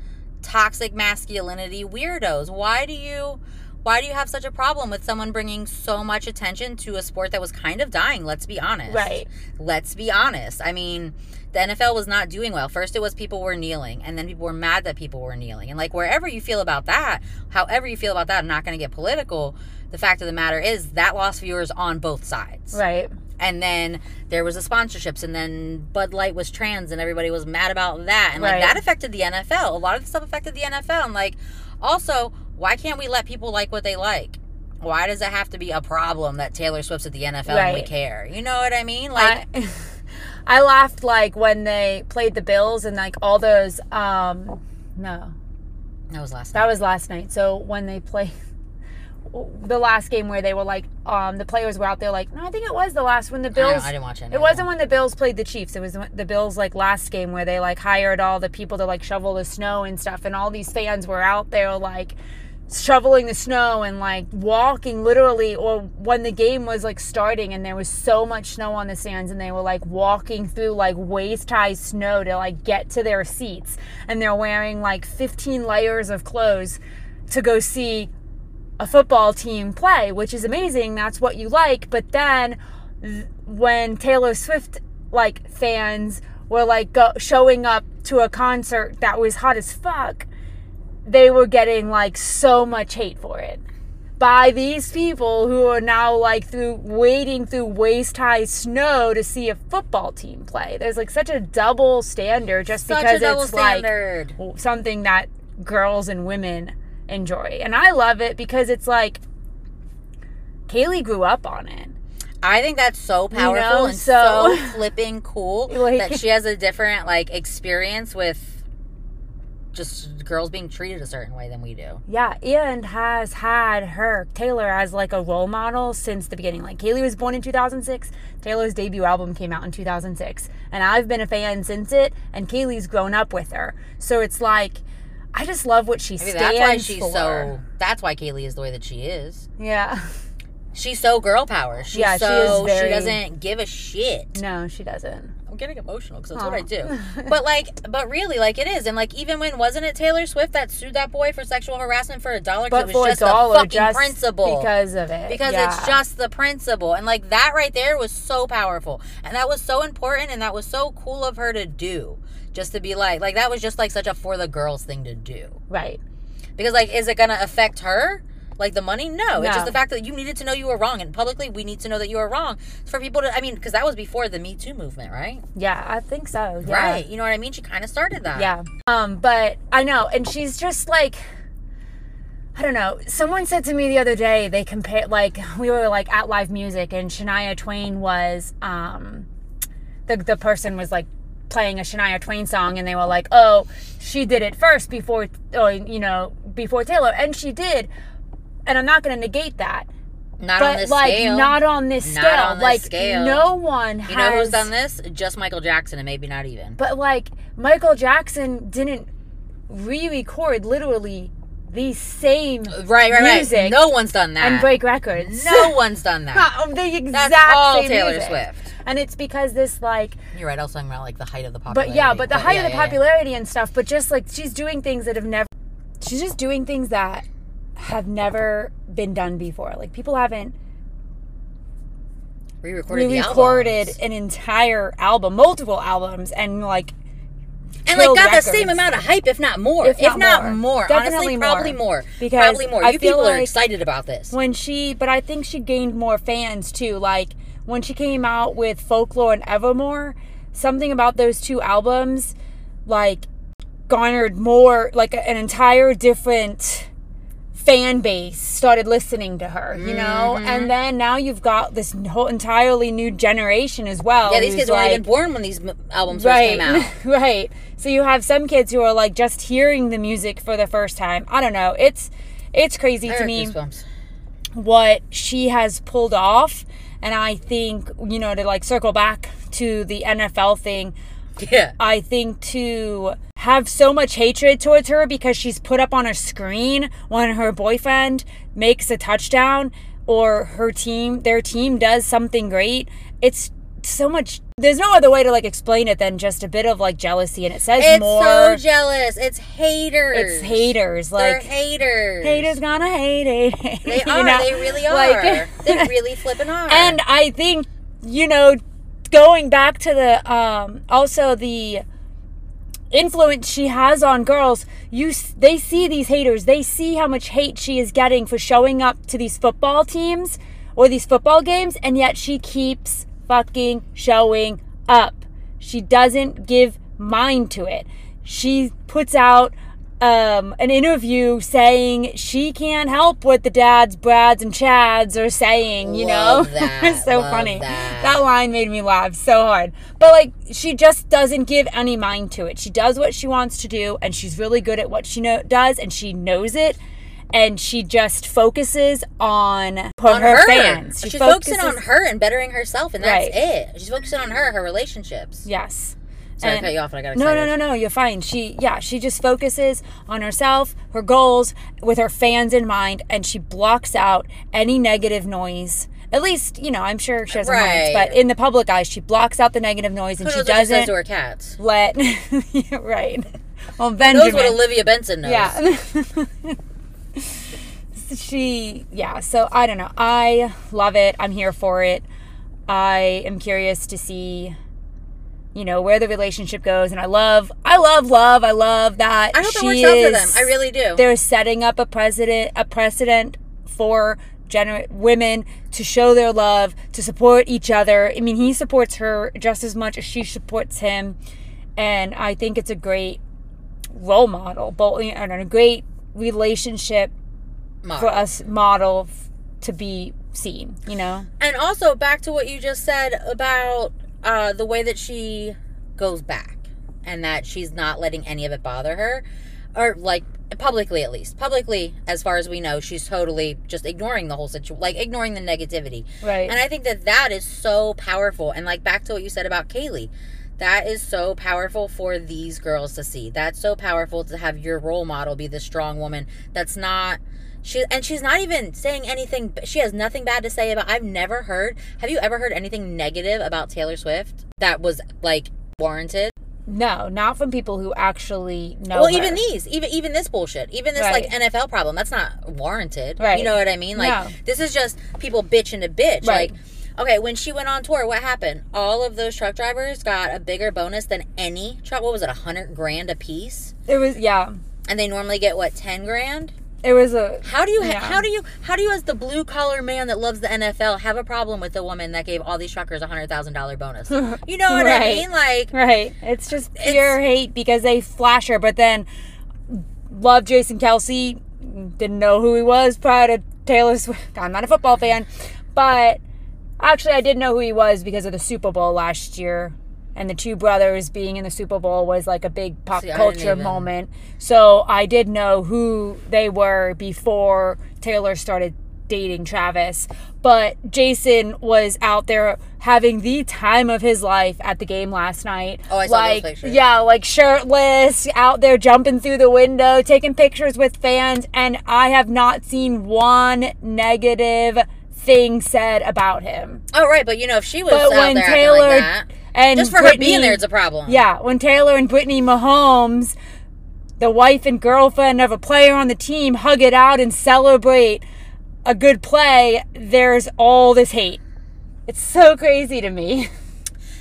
Speaker 1: toxic masculinity weirdos. Why do you why do you have such a problem with someone bringing so much attention to a sport that was kind of dying? Let's be honest.
Speaker 2: Right.
Speaker 1: Let's be honest. I mean, the NFL was not doing well. First, it was people were kneeling, and then people were mad that people were kneeling. And like, wherever you feel about that, however you feel about that, I'm not going to get political. The fact of the matter is that lost viewers on both sides.
Speaker 2: right
Speaker 1: And then there was the sponsorships, and then Bud Light was trans, and everybody was mad about that. And like,
Speaker 2: Right.
Speaker 1: that affected the NFL. A lot of the stuff affected the NFL. And like, also, why can't we let people like what they like? Why does it have to be a problem that Taylor Swift's at the NFL and we
Speaker 2: Right.
Speaker 1: care? You know what I mean? Like,
Speaker 2: I, I laughed like when they played the bills and like all those um no
Speaker 1: that was last night.
Speaker 2: that was last night so when they play the last game where they were like um the players were out there like no i think it was the last when the
Speaker 1: I don't-
Speaker 2: bills
Speaker 1: I, didn't watch it.
Speaker 2: It wasn't when the Bills played the Chiefs. It was when- the Bills like last game where they like hired all the people to like shovel the snow and stuff, and all these fans were out there like shoveling the snow and like walking literally or when the game was like starting and there was so much snow on the stands and they were like walking through like waist high snow to like get to their seats and they're wearing like 15 layers of clothes to go see a football team play, which is amazing. That's what you like. But then th- when Taylor Swift like fans were like go- showing up to a concert that was hot as fuck, they were getting like so much hate for it by these people who are now like through wading through waist high snow to see a football team play. There's like such a double standard just
Speaker 1: Such
Speaker 2: because
Speaker 1: a double
Speaker 2: it's like
Speaker 1: standard.
Speaker 2: something that girls and women enjoy. And I love it because it's like Kaylee grew up on it.
Speaker 1: I think that's so powerful
Speaker 2: know,
Speaker 1: and
Speaker 2: so-
Speaker 1: so, flipping cool
Speaker 2: Like-
Speaker 1: that she has a different like experience with just girls being treated a certain way than we do.
Speaker 2: Yeah, and has had her Taylor as like a role model since the beginning. Like Kaylee was born in 2006. Taylor's debut album came out in 2006, and I've been a fan since it. And Kaylee's grown up with her, so it's like I just love what she
Speaker 1: Maybe
Speaker 2: stands
Speaker 1: that's why she's
Speaker 2: for.
Speaker 1: so. That's why Kaylee is the way that she is.
Speaker 2: yeah.
Speaker 1: She's so girl power. She's
Speaker 2: Yeah, she is
Speaker 1: so she,
Speaker 2: very-
Speaker 1: doesn't give a shit.
Speaker 2: No, she doesn't.
Speaker 1: I'm getting emotional because that's
Speaker 2: Aw.
Speaker 1: what I do. But like, but really, like it is, and like even when wasn't it Taylor Swift that sued that boy for sexual harassment for a dollar? 'Cause
Speaker 2: But
Speaker 1: it
Speaker 2: for
Speaker 1: was
Speaker 2: a
Speaker 1: just the
Speaker 2: dollar,
Speaker 1: fucking
Speaker 2: just
Speaker 1: principle.
Speaker 2: because of it,
Speaker 1: because
Speaker 2: Yeah.
Speaker 1: it's just the principle and like that right there was so powerful and that was so important and that was so cool of her to do just to be like like that was just like such a for the girls thing to do
Speaker 2: right.
Speaker 1: because like is it gonna affect her like the money no, it's
Speaker 2: No.
Speaker 1: just the fact that you needed to know you were wrong and publicly we need to know that you are wrong for people to i mean because that was before the me too movement right
Speaker 2: Yeah, I think so. Yeah.
Speaker 1: right you know what i mean she kind of started that
Speaker 2: Yeah. Um, but I know, and she's just like I don't know. Someone said to me the other day they compare like we were like at live music and Shania Twain was um the the person was like playing a Shania Twain song and they were like, "Oh, she did it first before or you know, before Taylor." And she did. And I'm not going to negate that.
Speaker 1: not on
Speaker 2: But
Speaker 1: this
Speaker 2: like
Speaker 1: scale
Speaker 2: not on this
Speaker 1: Not
Speaker 2: scale.
Speaker 1: on this
Speaker 2: like
Speaker 1: scale.
Speaker 2: no one
Speaker 1: you
Speaker 2: has
Speaker 1: know who's done this just michael jackson and maybe not even
Speaker 2: but like Michael Jackson didn't re-record literally the same
Speaker 1: right right
Speaker 2: Music.
Speaker 1: right no one's done that
Speaker 2: and break records.
Speaker 1: Uh, no one's done that
Speaker 2: Not the exact
Speaker 1: That's all
Speaker 2: same
Speaker 1: Taylor
Speaker 2: music.
Speaker 1: Swift.
Speaker 2: And it's because this like
Speaker 1: You're right. Also, I'm about like the height of the
Speaker 2: but
Speaker 1: popularity.
Speaker 2: yeah, but the height
Speaker 1: yeah,
Speaker 2: of the
Speaker 1: yeah, yeah.
Speaker 2: popularity and stuff, but just like she's doing things that have never she's just doing things that have never been done before. Like people haven't
Speaker 1: re-recorded, the
Speaker 2: re-recorded
Speaker 1: albums.
Speaker 2: an entire album, multiple albums and like
Speaker 1: and like
Speaker 2: killed
Speaker 1: got
Speaker 2: records.
Speaker 1: the same amount of hype, if not more,
Speaker 2: If
Speaker 1: if
Speaker 2: not
Speaker 1: not,
Speaker 2: more.
Speaker 1: more.
Speaker 2: Definitely
Speaker 1: Honestly, probably
Speaker 2: more.
Speaker 1: more.
Speaker 2: Because
Speaker 1: probably more.
Speaker 2: I
Speaker 1: You
Speaker 2: feel
Speaker 1: people are
Speaker 2: like-
Speaker 1: excited about this.
Speaker 2: when she but i think she gained more fans too like when she came out with folklore and evermore something about those two albums like garnered more like an entire different fan base started listening to her you know
Speaker 1: Mm-hmm.
Speaker 2: and then now you've got this whole entirely new generation as well
Speaker 1: yeah, these
Speaker 2: who's
Speaker 1: kids weren't
Speaker 2: like-
Speaker 1: even born when these m- albums first
Speaker 2: right
Speaker 1: came out.
Speaker 2: right so you have some kids who are like just hearing the music for the first time i don't know it's it's crazy
Speaker 1: I
Speaker 2: to
Speaker 1: got
Speaker 2: me
Speaker 1: goosebumps.
Speaker 2: what she has pulled off. And I think, you know, to like circle back to the NFL thing,
Speaker 1: Yeah.
Speaker 2: I think to have so much hatred towards her because she's put up on a screen when her boyfriend makes a touchdown or her team, their team does something great. It's so much, there's no other way to like explain it than just a bit of like jealousy. And it says
Speaker 1: It's
Speaker 2: more.
Speaker 1: so jealous. It's haters.
Speaker 2: it's haters.
Speaker 1: They're
Speaker 2: Like,
Speaker 1: haters.
Speaker 2: haters gonna hate it.
Speaker 1: They
Speaker 2: You
Speaker 1: are.
Speaker 2: know?
Speaker 1: They really are.
Speaker 2: Like-
Speaker 1: they really flipping are.
Speaker 2: And I think, you know, going back to the um also the influence she has on girls, you s- they see these haters. They see how much hate she is getting for showing up to these football teams or these football games and yet she keeps fucking showing up. She doesn't give mind to it. She puts out um, an interview saying she can't help what the dads, Brads, and Chads are saying, you
Speaker 1: Love
Speaker 2: know?
Speaker 1: that.
Speaker 2: it's so
Speaker 1: Love
Speaker 2: funny.
Speaker 1: that.
Speaker 2: that line made me laugh so hard. But like, she just doesn't give any mind to it. She does what she wants to do, and she's really good at what she know- does, and she knows it. And she just focuses on,
Speaker 1: on her.
Speaker 2: fans. She
Speaker 1: She's focusing on her and bettering herself, and that's
Speaker 2: Right.
Speaker 1: it. She's focusing on her, her relationships.
Speaker 2: Yes.
Speaker 1: Sorry,
Speaker 2: And-
Speaker 1: I cut you off, and I got
Speaker 2: No,
Speaker 1: excited.
Speaker 2: no, no, no. You're fine. She, yeah, she just focuses on herself, her goals, with her fans in mind, and she blocks out any negative noise. At least, you know, I'm sure she has her moments,
Speaker 1: Right.
Speaker 2: but in the public eye, she blocks out the negative noise and
Speaker 1: Who
Speaker 2: she
Speaker 1: knows what she says to
Speaker 2: doesn't
Speaker 1: her cats?
Speaker 2: let. Yeah, right. Well,
Speaker 1: Knows what
Speaker 2: Benjamin.
Speaker 1: Olivia Benson knows.
Speaker 2: Yeah. she, yeah. So I don't know. I love it. I'm here for it. I am curious to see, you know, where the relationship goes. And I love, I love, love, I love that.
Speaker 1: I hope
Speaker 2: she
Speaker 1: it works out for them.
Speaker 2: is-
Speaker 1: I really do.
Speaker 2: They're setting up a precedent, a precedent for gener- women to show their love, to support each other. I mean, he supports her just as much as she supports him, and I think it's a great role model, but and a great relationship
Speaker 1: Model.
Speaker 2: for us model f- to be seen. You know,
Speaker 1: And also back to what you just said about uh, the way that she goes back and that she's not letting any of it bother her, or like publicly at least. Publicly, as far as we know, she's totally just ignoring the whole situation, like ignoring the negativity.
Speaker 2: right?
Speaker 1: And I think that that is so powerful. And like back to what you said about Kaylee, that is so powerful for these girls to see. That's so powerful to have your role model be this strong woman that's not. She, and she's not even saying anything. She has nothing bad to say about. I've never heard. Have you ever heard anything negative about Taylor Swift that was like warranted?
Speaker 2: no, not from people who actually know.
Speaker 1: well,
Speaker 2: her.
Speaker 1: even these, even even this bullshit, even this like NFL problem, that's not warranted.
Speaker 2: Right.
Speaker 1: You know what I mean? Like
Speaker 2: No.
Speaker 1: this is just people bitching to bitch.
Speaker 2: Right.
Speaker 1: Like, okay, when she went on tour, what happened? All of those truck drivers got a bigger bonus than any truck. What was it? A hundred grand a piece,
Speaker 2: it was yeah,
Speaker 1: and they normally get what ten grand.
Speaker 2: it was a
Speaker 1: How do you? Ha-
Speaker 2: Yeah.
Speaker 1: How do you? How do you, as the blue collar man that loves the NFL, have a problem with the woman that gave all these truckers a hundred thousand dollar bonus? You know what I
Speaker 2: Right.
Speaker 1: mean? Like,
Speaker 2: Right. It's just pure hate because they flash her, but then love Jason Kelsey. Didn't know who he was prior to Taylor Swift. I'm not a football fan, but actually, I did know who he was because of the Super Bowl last year. And the two brothers being in the Super Bowl was like a big pop
Speaker 1: See, I didn't
Speaker 2: culture
Speaker 1: even-
Speaker 2: moment. So I did know who they were before Taylor started dating Travis. But Jason was out there having the time of his life at the game last night.
Speaker 1: Oh, I saw those
Speaker 2: like,
Speaker 1: pictures.
Speaker 2: Yeah, like shirtless, out there jumping through the window, taking pictures with fans, and I have not seen one negative thing said about him.
Speaker 1: oh right, but you know, if she was
Speaker 2: But
Speaker 1: out
Speaker 2: when
Speaker 1: there
Speaker 2: Taylor
Speaker 1: acting like that,
Speaker 2: and
Speaker 1: just for her
Speaker 2: Brittany,
Speaker 1: being there, it's a problem.
Speaker 2: yeah, when Taylor and Brittany Mahomes, the wife and girlfriend of a player on the team, hug it out and celebrate a good play, there's all this hate. It's so crazy to me.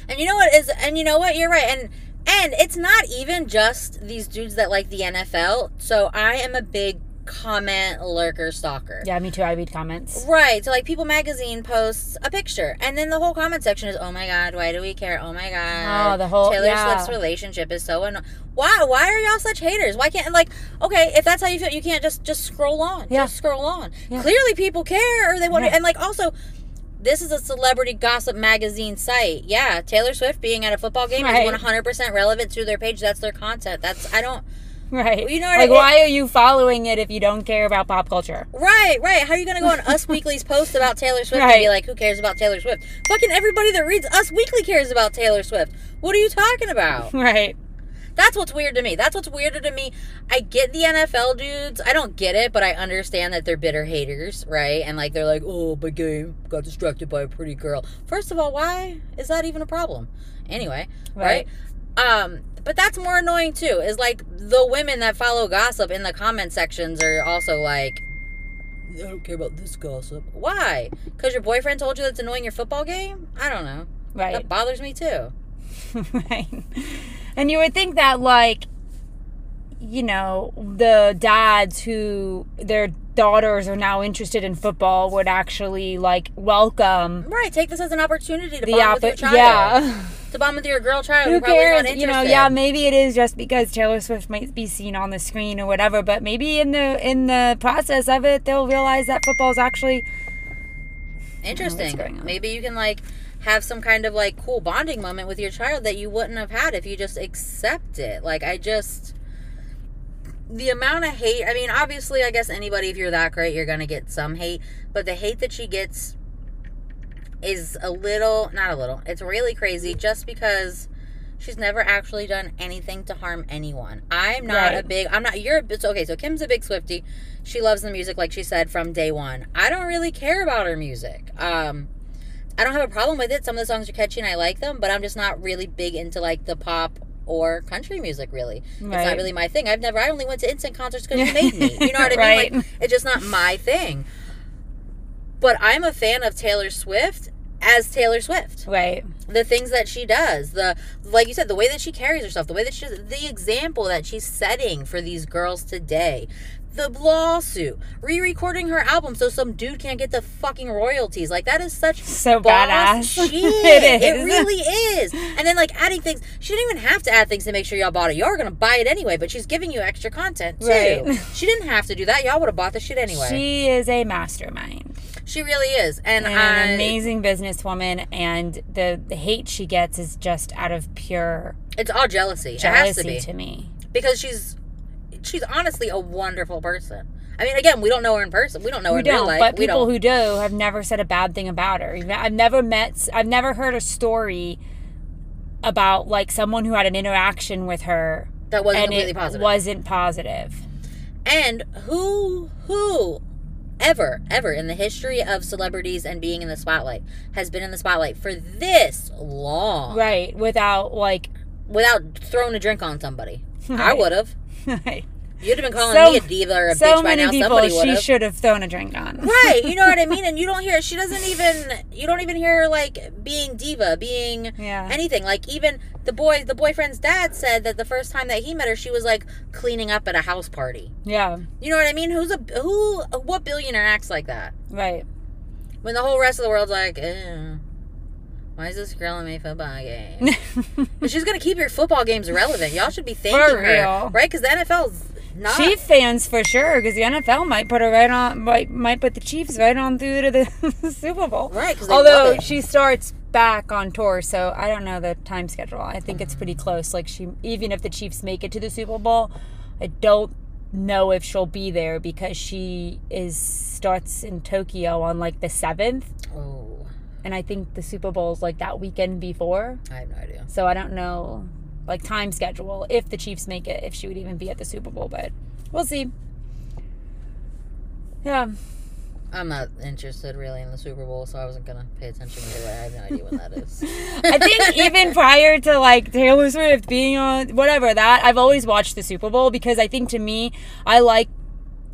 Speaker 1: And you know what is and you know what you're right and and it's not even just these dudes that like the NFL. So I am a big comment lurker stalker.
Speaker 2: Yeah, me too. I read comments.
Speaker 1: Right. So like People Magazine posts a picture and then the whole comment section is, "Oh my god, why do we care? Oh my god."
Speaker 2: Oh, the whole-
Speaker 1: Taylor
Speaker 2: yeah.
Speaker 1: Swift's relationship is so anno- Why why are y'all such haters? Why can't like okay, if that's how you feel, you can't just just scroll on.
Speaker 2: Yeah.
Speaker 1: Just scroll on.
Speaker 2: Yeah.
Speaker 1: Clearly people care or they want
Speaker 2: Yeah.
Speaker 1: to and like also this is a celebrity gossip magazine site. Yeah, Taylor Swift being at a football game
Speaker 2: Right.
Speaker 1: is 100% relevant to their page. That's their content. That's I don't
Speaker 2: Right.
Speaker 1: Well, you know what
Speaker 2: like,
Speaker 1: it-
Speaker 2: why are you following it if you don't care about pop culture?
Speaker 1: Right, right. How are you going to go on Us Weekly's post about Taylor Swift and be
Speaker 2: Right.
Speaker 1: like, who cares about Taylor Swift? Fucking everybody that reads Us Weekly cares about Taylor Swift. What are you talking about?
Speaker 2: Right.
Speaker 1: That's what's weird to me. That's what's weirder to me. I get the NFL dudes. I don't get it, but I understand that they're bitter haters, right? And like they're like, oh, my game got distracted by a pretty girl. First of all, why is that even a problem? Anyway, right?
Speaker 2: Right.
Speaker 1: Um, but that's more annoying too. Is like the women that follow gossip in the comment sections are also like, I don't care about this gossip. Why? Because your boyfriend told you that's annoying your football game? I don't know.
Speaker 2: Right.
Speaker 1: That bothers me too.
Speaker 2: right. And you would think that, like, you know, the dads who their daughters are now interested in football would actually, like, welcome
Speaker 1: Right. Take this as an opportunity to
Speaker 2: the
Speaker 1: bond with your
Speaker 2: opposite.
Speaker 1: child.
Speaker 2: Yeah.
Speaker 1: to bond with your girl child.
Speaker 2: Who
Speaker 1: probably is
Speaker 2: cares?
Speaker 1: Not
Speaker 2: You know,
Speaker 1: interested.
Speaker 2: yeah, maybe it is just because Taylor Swift might be seen on the screen or whatever, but maybe in the in the process of it, they'll realize that football's actually
Speaker 1: Interesting.
Speaker 2: going on.
Speaker 1: Maybe you can like have some kind of like cool bonding moment with your child that you wouldn't have had if you just accept it. Like I just the amount of hate. I mean, obviously, I guess anybody if you're that great, you're gonna get some hate. But the hate that she gets is a little, not a little. It's really crazy, just because She's never actually done anything to harm anyone. I'm not a
Speaker 2: Right.
Speaker 1: big. I'm not. You're a bit. Okay, so Kim's a big Swifty. She loves the music, like she said from day one. I don't really care about her music. Um, I don't have a problem with it. Some of the songs are catchy and I like them, but I'm just not really big into like the pop or country music. Really, it's not
Speaker 2: Right.
Speaker 1: really my thing. I've never. I only went to instant concerts because you made me. You know what I mean?
Speaker 2: Right.
Speaker 1: Like, it's just not my thing. But I'm a fan of Taylor Swift as Taylor Swift
Speaker 2: Right.
Speaker 1: the things that she does the like you said the way that she carries herself the way that she does the example that she's setting for these girls today the lawsuit re-recording her album so some dude can't get the fucking royalties like that is such
Speaker 2: So
Speaker 1: boss
Speaker 2: badass.
Speaker 1: shit.
Speaker 2: It
Speaker 1: it
Speaker 2: is.
Speaker 1: really is and then like adding things she didn't even have to add things to make sure y'all bought it y'all were gonna buy it anyway but she's giving you extra content too
Speaker 2: Right.
Speaker 1: she didn't have to do that y'all would have bought the shit anyway she,
Speaker 2: She is a mastermind
Speaker 1: really is and,
Speaker 2: and
Speaker 1: I,
Speaker 2: an amazing businesswoman, and the, the hate she gets is just out of pure
Speaker 1: it's all jealousy it has to
Speaker 2: jealousy
Speaker 1: be
Speaker 2: to, me.
Speaker 1: because she's she's honestly a wonderful person. I mean, again, we don't know her in person. We don't know her
Speaker 2: We
Speaker 1: in real
Speaker 2: don't,
Speaker 1: life.
Speaker 2: but
Speaker 1: we
Speaker 2: people
Speaker 1: don't.
Speaker 2: who do have never said a bad thing about her. Even- I've never met, I've never heard a story about like someone who had an interaction with her
Speaker 1: that wasn't
Speaker 2: and
Speaker 1: completely
Speaker 2: it
Speaker 1: positive.
Speaker 2: wasn't positive.
Speaker 1: and who who ever ever in the history of celebrities and being in the spotlight has been in the spotlight for this long
Speaker 2: Right, without like
Speaker 1: without throwing a drink on somebody? I would have. You'd have been calling
Speaker 2: So-
Speaker 1: me a diva or a
Speaker 2: so
Speaker 1: bitch by
Speaker 2: many
Speaker 1: now.
Speaker 2: people
Speaker 1: Somebody would
Speaker 2: she
Speaker 1: have.
Speaker 2: should have thrown a drink on.
Speaker 1: right you know what i mean and you don't hear she doesn't even you don't even hear her like being diva being
Speaker 2: Yeah.
Speaker 1: anything like even the boy the boyfriend's dad said that the first time that he met her she was like cleaning up at a house party
Speaker 2: Yeah,
Speaker 1: you know what i mean who's a who what billionaire acts like that
Speaker 2: right.
Speaker 1: when the whole rest of the world's like eh, why is this girl in my football game but she's gonna keep your football games relevant y'all should be thanking
Speaker 2: For
Speaker 1: her
Speaker 2: real.
Speaker 1: right because the nfl's not
Speaker 2: Chief fans for sure, because the NFL might put her right on, might, might put the Chiefs right on through to the Super Bowl.
Speaker 1: Right, 'cause they love
Speaker 2: although
Speaker 1: it.
Speaker 2: she starts back on tour, so I don't know the time schedule. I think it's pretty close. Like she, even if the Chiefs make it to the Super Bowl, I don't know if she'll be there because she is starts in Tokyo on like the seventh,
Speaker 1: oh
Speaker 2: and I think the Super Bowl is like that weekend before.
Speaker 1: i have no idea
Speaker 2: So I don't know, like time schedule, if the Chiefs make it, if she would even be at the Super Bowl, but we'll see. Yeah,
Speaker 1: I'm not interested really in the Super Bowl, so I wasn't gonna pay attention either way. I have no idea when that is.
Speaker 2: I think even prior to like Taylor Swift being on whatever that, I've always watched the Super Bowl because I think to me, I like.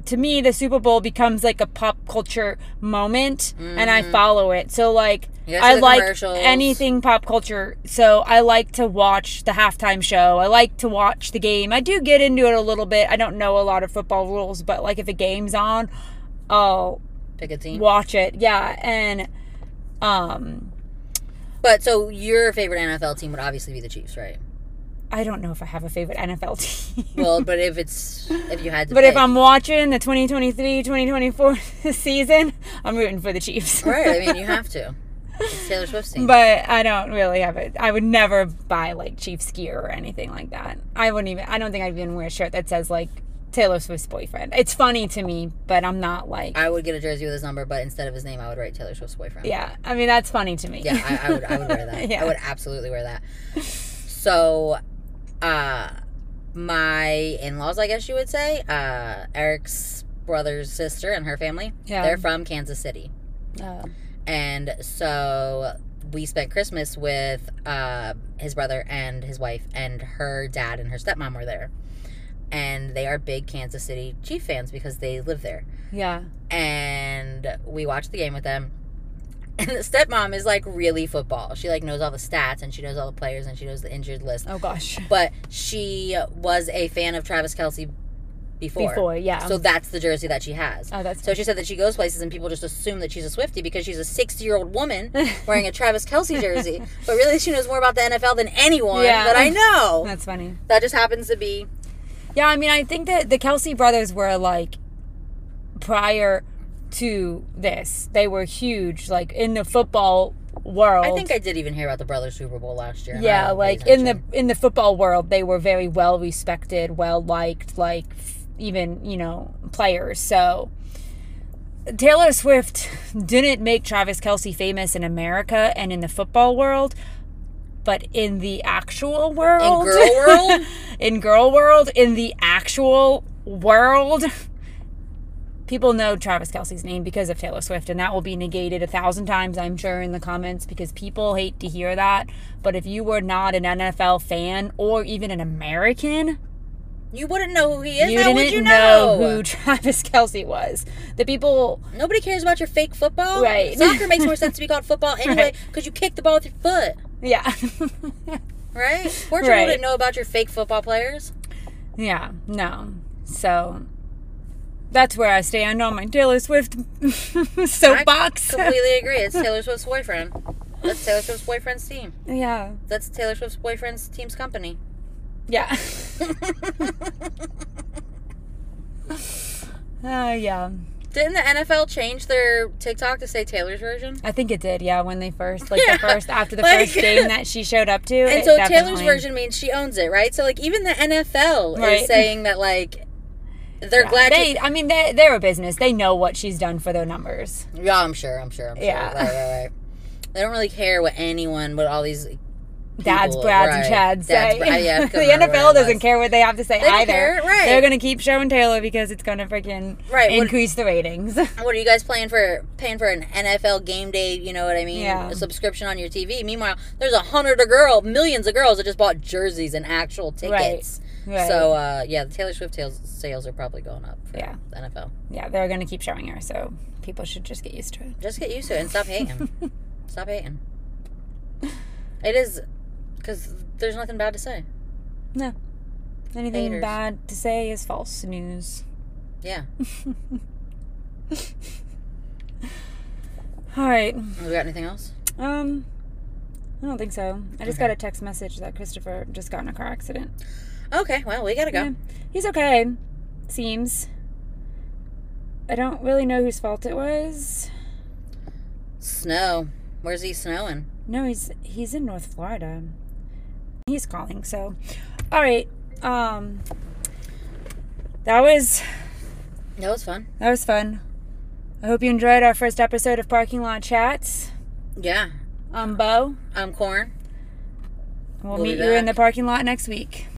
Speaker 2: To me, the Super Bowl becomes like a pop culture moment, and I follow it. So, like,
Speaker 1: Mm-hmm. You gotta see
Speaker 2: I
Speaker 1: the
Speaker 2: like
Speaker 1: commercials.
Speaker 2: anything pop culture. So, I like to watch the halftime show. I like to watch the game. I do get into it a little bit. I don't know a lot of football rules, but like, if a game's on, I'll
Speaker 1: Pick a team.
Speaker 2: watch it. Yeah, and um,
Speaker 1: But so your favorite NFL team would obviously be the Chiefs, right?
Speaker 2: I don't know if I have a favorite NFL team.
Speaker 1: Well, but if it's if you had to
Speaker 2: But if
Speaker 1: pick-
Speaker 2: I'm watching the 2023-2024 season, I'm rooting for the Chiefs.
Speaker 1: right, I mean you have to. It's Taylor Swift's team.
Speaker 2: But I don't really have it. I would never buy like Chiefs gear or anything like that. I wouldn't even. I don't think I'd even wear a shirt that says like Taylor Swift's boyfriend. It's funny to me, but I'm not like.
Speaker 1: I would get a jersey with his number, but instead of his name I would write Taylor Swift's boyfriend.
Speaker 2: yeah, I mean that's funny to me.
Speaker 1: Yeah, I, I would I would wear that.
Speaker 2: Yeah.
Speaker 1: I would absolutely wear that. So uh my in laws, I guess you would say, uh Eric's brother's sister and her family.
Speaker 2: Yeah.
Speaker 1: They're from Kansas City.
Speaker 2: Uh,
Speaker 1: And so we spent Christmas with uh, his brother and his wife, and her dad and her stepmom were there. And they are big Kansas City Chief fans because they live there.
Speaker 2: yeah.
Speaker 1: And we watched the game with them. And the stepmom is like really football. She like knows all the stats and she knows all the players and she knows the injured list.
Speaker 2: Oh gosh.
Speaker 1: But she was a fan of Travis Kelsey before.
Speaker 2: Before, yeah.
Speaker 1: So that's the jersey that she has.
Speaker 2: oh, that's
Speaker 1: So she said that she goes places and people just assume that she's a Swifty because she's a 60 year old woman wearing a Travis Kelsey jersey. but really, she knows more about the NFL than anyone
Speaker 2: Yeah.
Speaker 1: that I know.
Speaker 2: that's funny.
Speaker 1: That just happens to be.
Speaker 2: Yeah, I mean, I think that the Kelsey brothers were like prior to this, they were huge, like in the football world.
Speaker 1: I think I did even hear about the Brothers Super Bowl last year. and I
Speaker 2: yeah,
Speaker 1: don't pay
Speaker 2: like in the
Speaker 1: attention.
Speaker 2: in the football world, they were very well respected, well liked, like f- even you know players. So Taylor Swift didn't make Travis Kelsey famous in America and in the football world, but in the actual world,
Speaker 1: girl world?
Speaker 2: in girl world, in the actual world, people know Travis Kelsey's name because of Taylor Swift, and that will be negated a thousand times, I'm sure, in the comments because people hate to hear that. But if you were not an NFL fan or even an American,
Speaker 1: You wouldn't know who he is.
Speaker 2: you
Speaker 1: How
Speaker 2: didn't
Speaker 1: would you
Speaker 2: know?
Speaker 1: know?
Speaker 2: who Travis Kelsey was. The people,
Speaker 1: Nobody cares about your fake football.
Speaker 2: Right.
Speaker 1: Soccer makes more sense to be called football anyway because you kick the ball with your foot.
Speaker 2: yeah,
Speaker 1: Right? Portugal
Speaker 2: Right.
Speaker 1: didn't know about your fake football players.
Speaker 2: yeah, no. So that's where I stand on my Taylor Swift soapbox.
Speaker 1: Completely agree. It's Taylor Swift's boyfriend. That's Taylor Swift's boyfriend's team.
Speaker 2: yeah,
Speaker 1: That's Taylor Swift's boyfriend's team's company.
Speaker 2: yeah, uh, yeah.
Speaker 1: Didn't the NFL change their TikTok to say Taylor's version?
Speaker 2: I think it did. Yeah, when they first, like
Speaker 1: Yeah,
Speaker 2: the first after the
Speaker 1: like-
Speaker 2: first game that she showed up to,
Speaker 1: And
Speaker 2: it
Speaker 1: so Taylor's
Speaker 2: definitely-
Speaker 1: version means she owns it, right? So like even the NFL
Speaker 2: Right.
Speaker 1: is saying that like they're glad
Speaker 2: They,
Speaker 1: to
Speaker 2: I mean, they, they're a business. They know what she's done for their numbers.
Speaker 1: Yeah, I'm sure, I'm sure, I'm sure.
Speaker 2: Yeah.
Speaker 1: Right, right, right. They don't really care what anyone what all these
Speaker 2: Dad's,
Speaker 1: People,
Speaker 2: Brads,
Speaker 1: right.
Speaker 2: and
Speaker 1: Dads,
Speaker 2: Chads say.
Speaker 1: Bra- yeah, I
Speaker 2: the
Speaker 1: couldn't remember what
Speaker 2: NFL
Speaker 1: it
Speaker 2: doesn't
Speaker 1: was.
Speaker 2: care what they have to say
Speaker 1: don't
Speaker 2: either.
Speaker 1: care, right.
Speaker 2: They're gonna keep showing Taylor because it's gonna freaking
Speaker 1: Right, what-
Speaker 2: increase the ratings.
Speaker 1: what are you guys playing for paying for an NFL game day, you know what I mean?
Speaker 2: Yeah.
Speaker 1: A subscription on your TV. Meanwhile, there's a hundred of girl millions of girls that just bought jerseys and actual tickets.
Speaker 2: Right.
Speaker 1: So uh, yeah, the Taylor Swift sales, sales are probably going up for
Speaker 2: Yeah.
Speaker 1: the NFL.
Speaker 2: yeah, they're gonna keep showing her. So people should just get used to it.
Speaker 1: Just get used to it and stop hating. stop hating. It is because there's nothing bad to say.
Speaker 2: No, anything
Speaker 1: Haters.
Speaker 2: bad to say is false news.
Speaker 1: Yeah,
Speaker 2: All right.
Speaker 1: we got anything else?
Speaker 2: Um, I don't think so. I just
Speaker 1: Okay.
Speaker 2: got a text message that Christopher just got in a car accident.
Speaker 1: Okay, well we gotta go.
Speaker 2: Yeah. He's okay, seems. I don't really know whose fault it was.
Speaker 1: Snow. Where's he snowing?
Speaker 2: No, he's he's in North Florida. He's calling. So, all right. Um, that was
Speaker 1: That was fun.
Speaker 2: that was fun. I hope you enjoyed our first episode of Parking Lot Chats.
Speaker 1: Yeah,
Speaker 2: I'm Bo.
Speaker 1: I'm corn.
Speaker 2: We'll,
Speaker 1: We'll be
Speaker 2: meet you in the
Speaker 1: back.
Speaker 2: parking lot next week.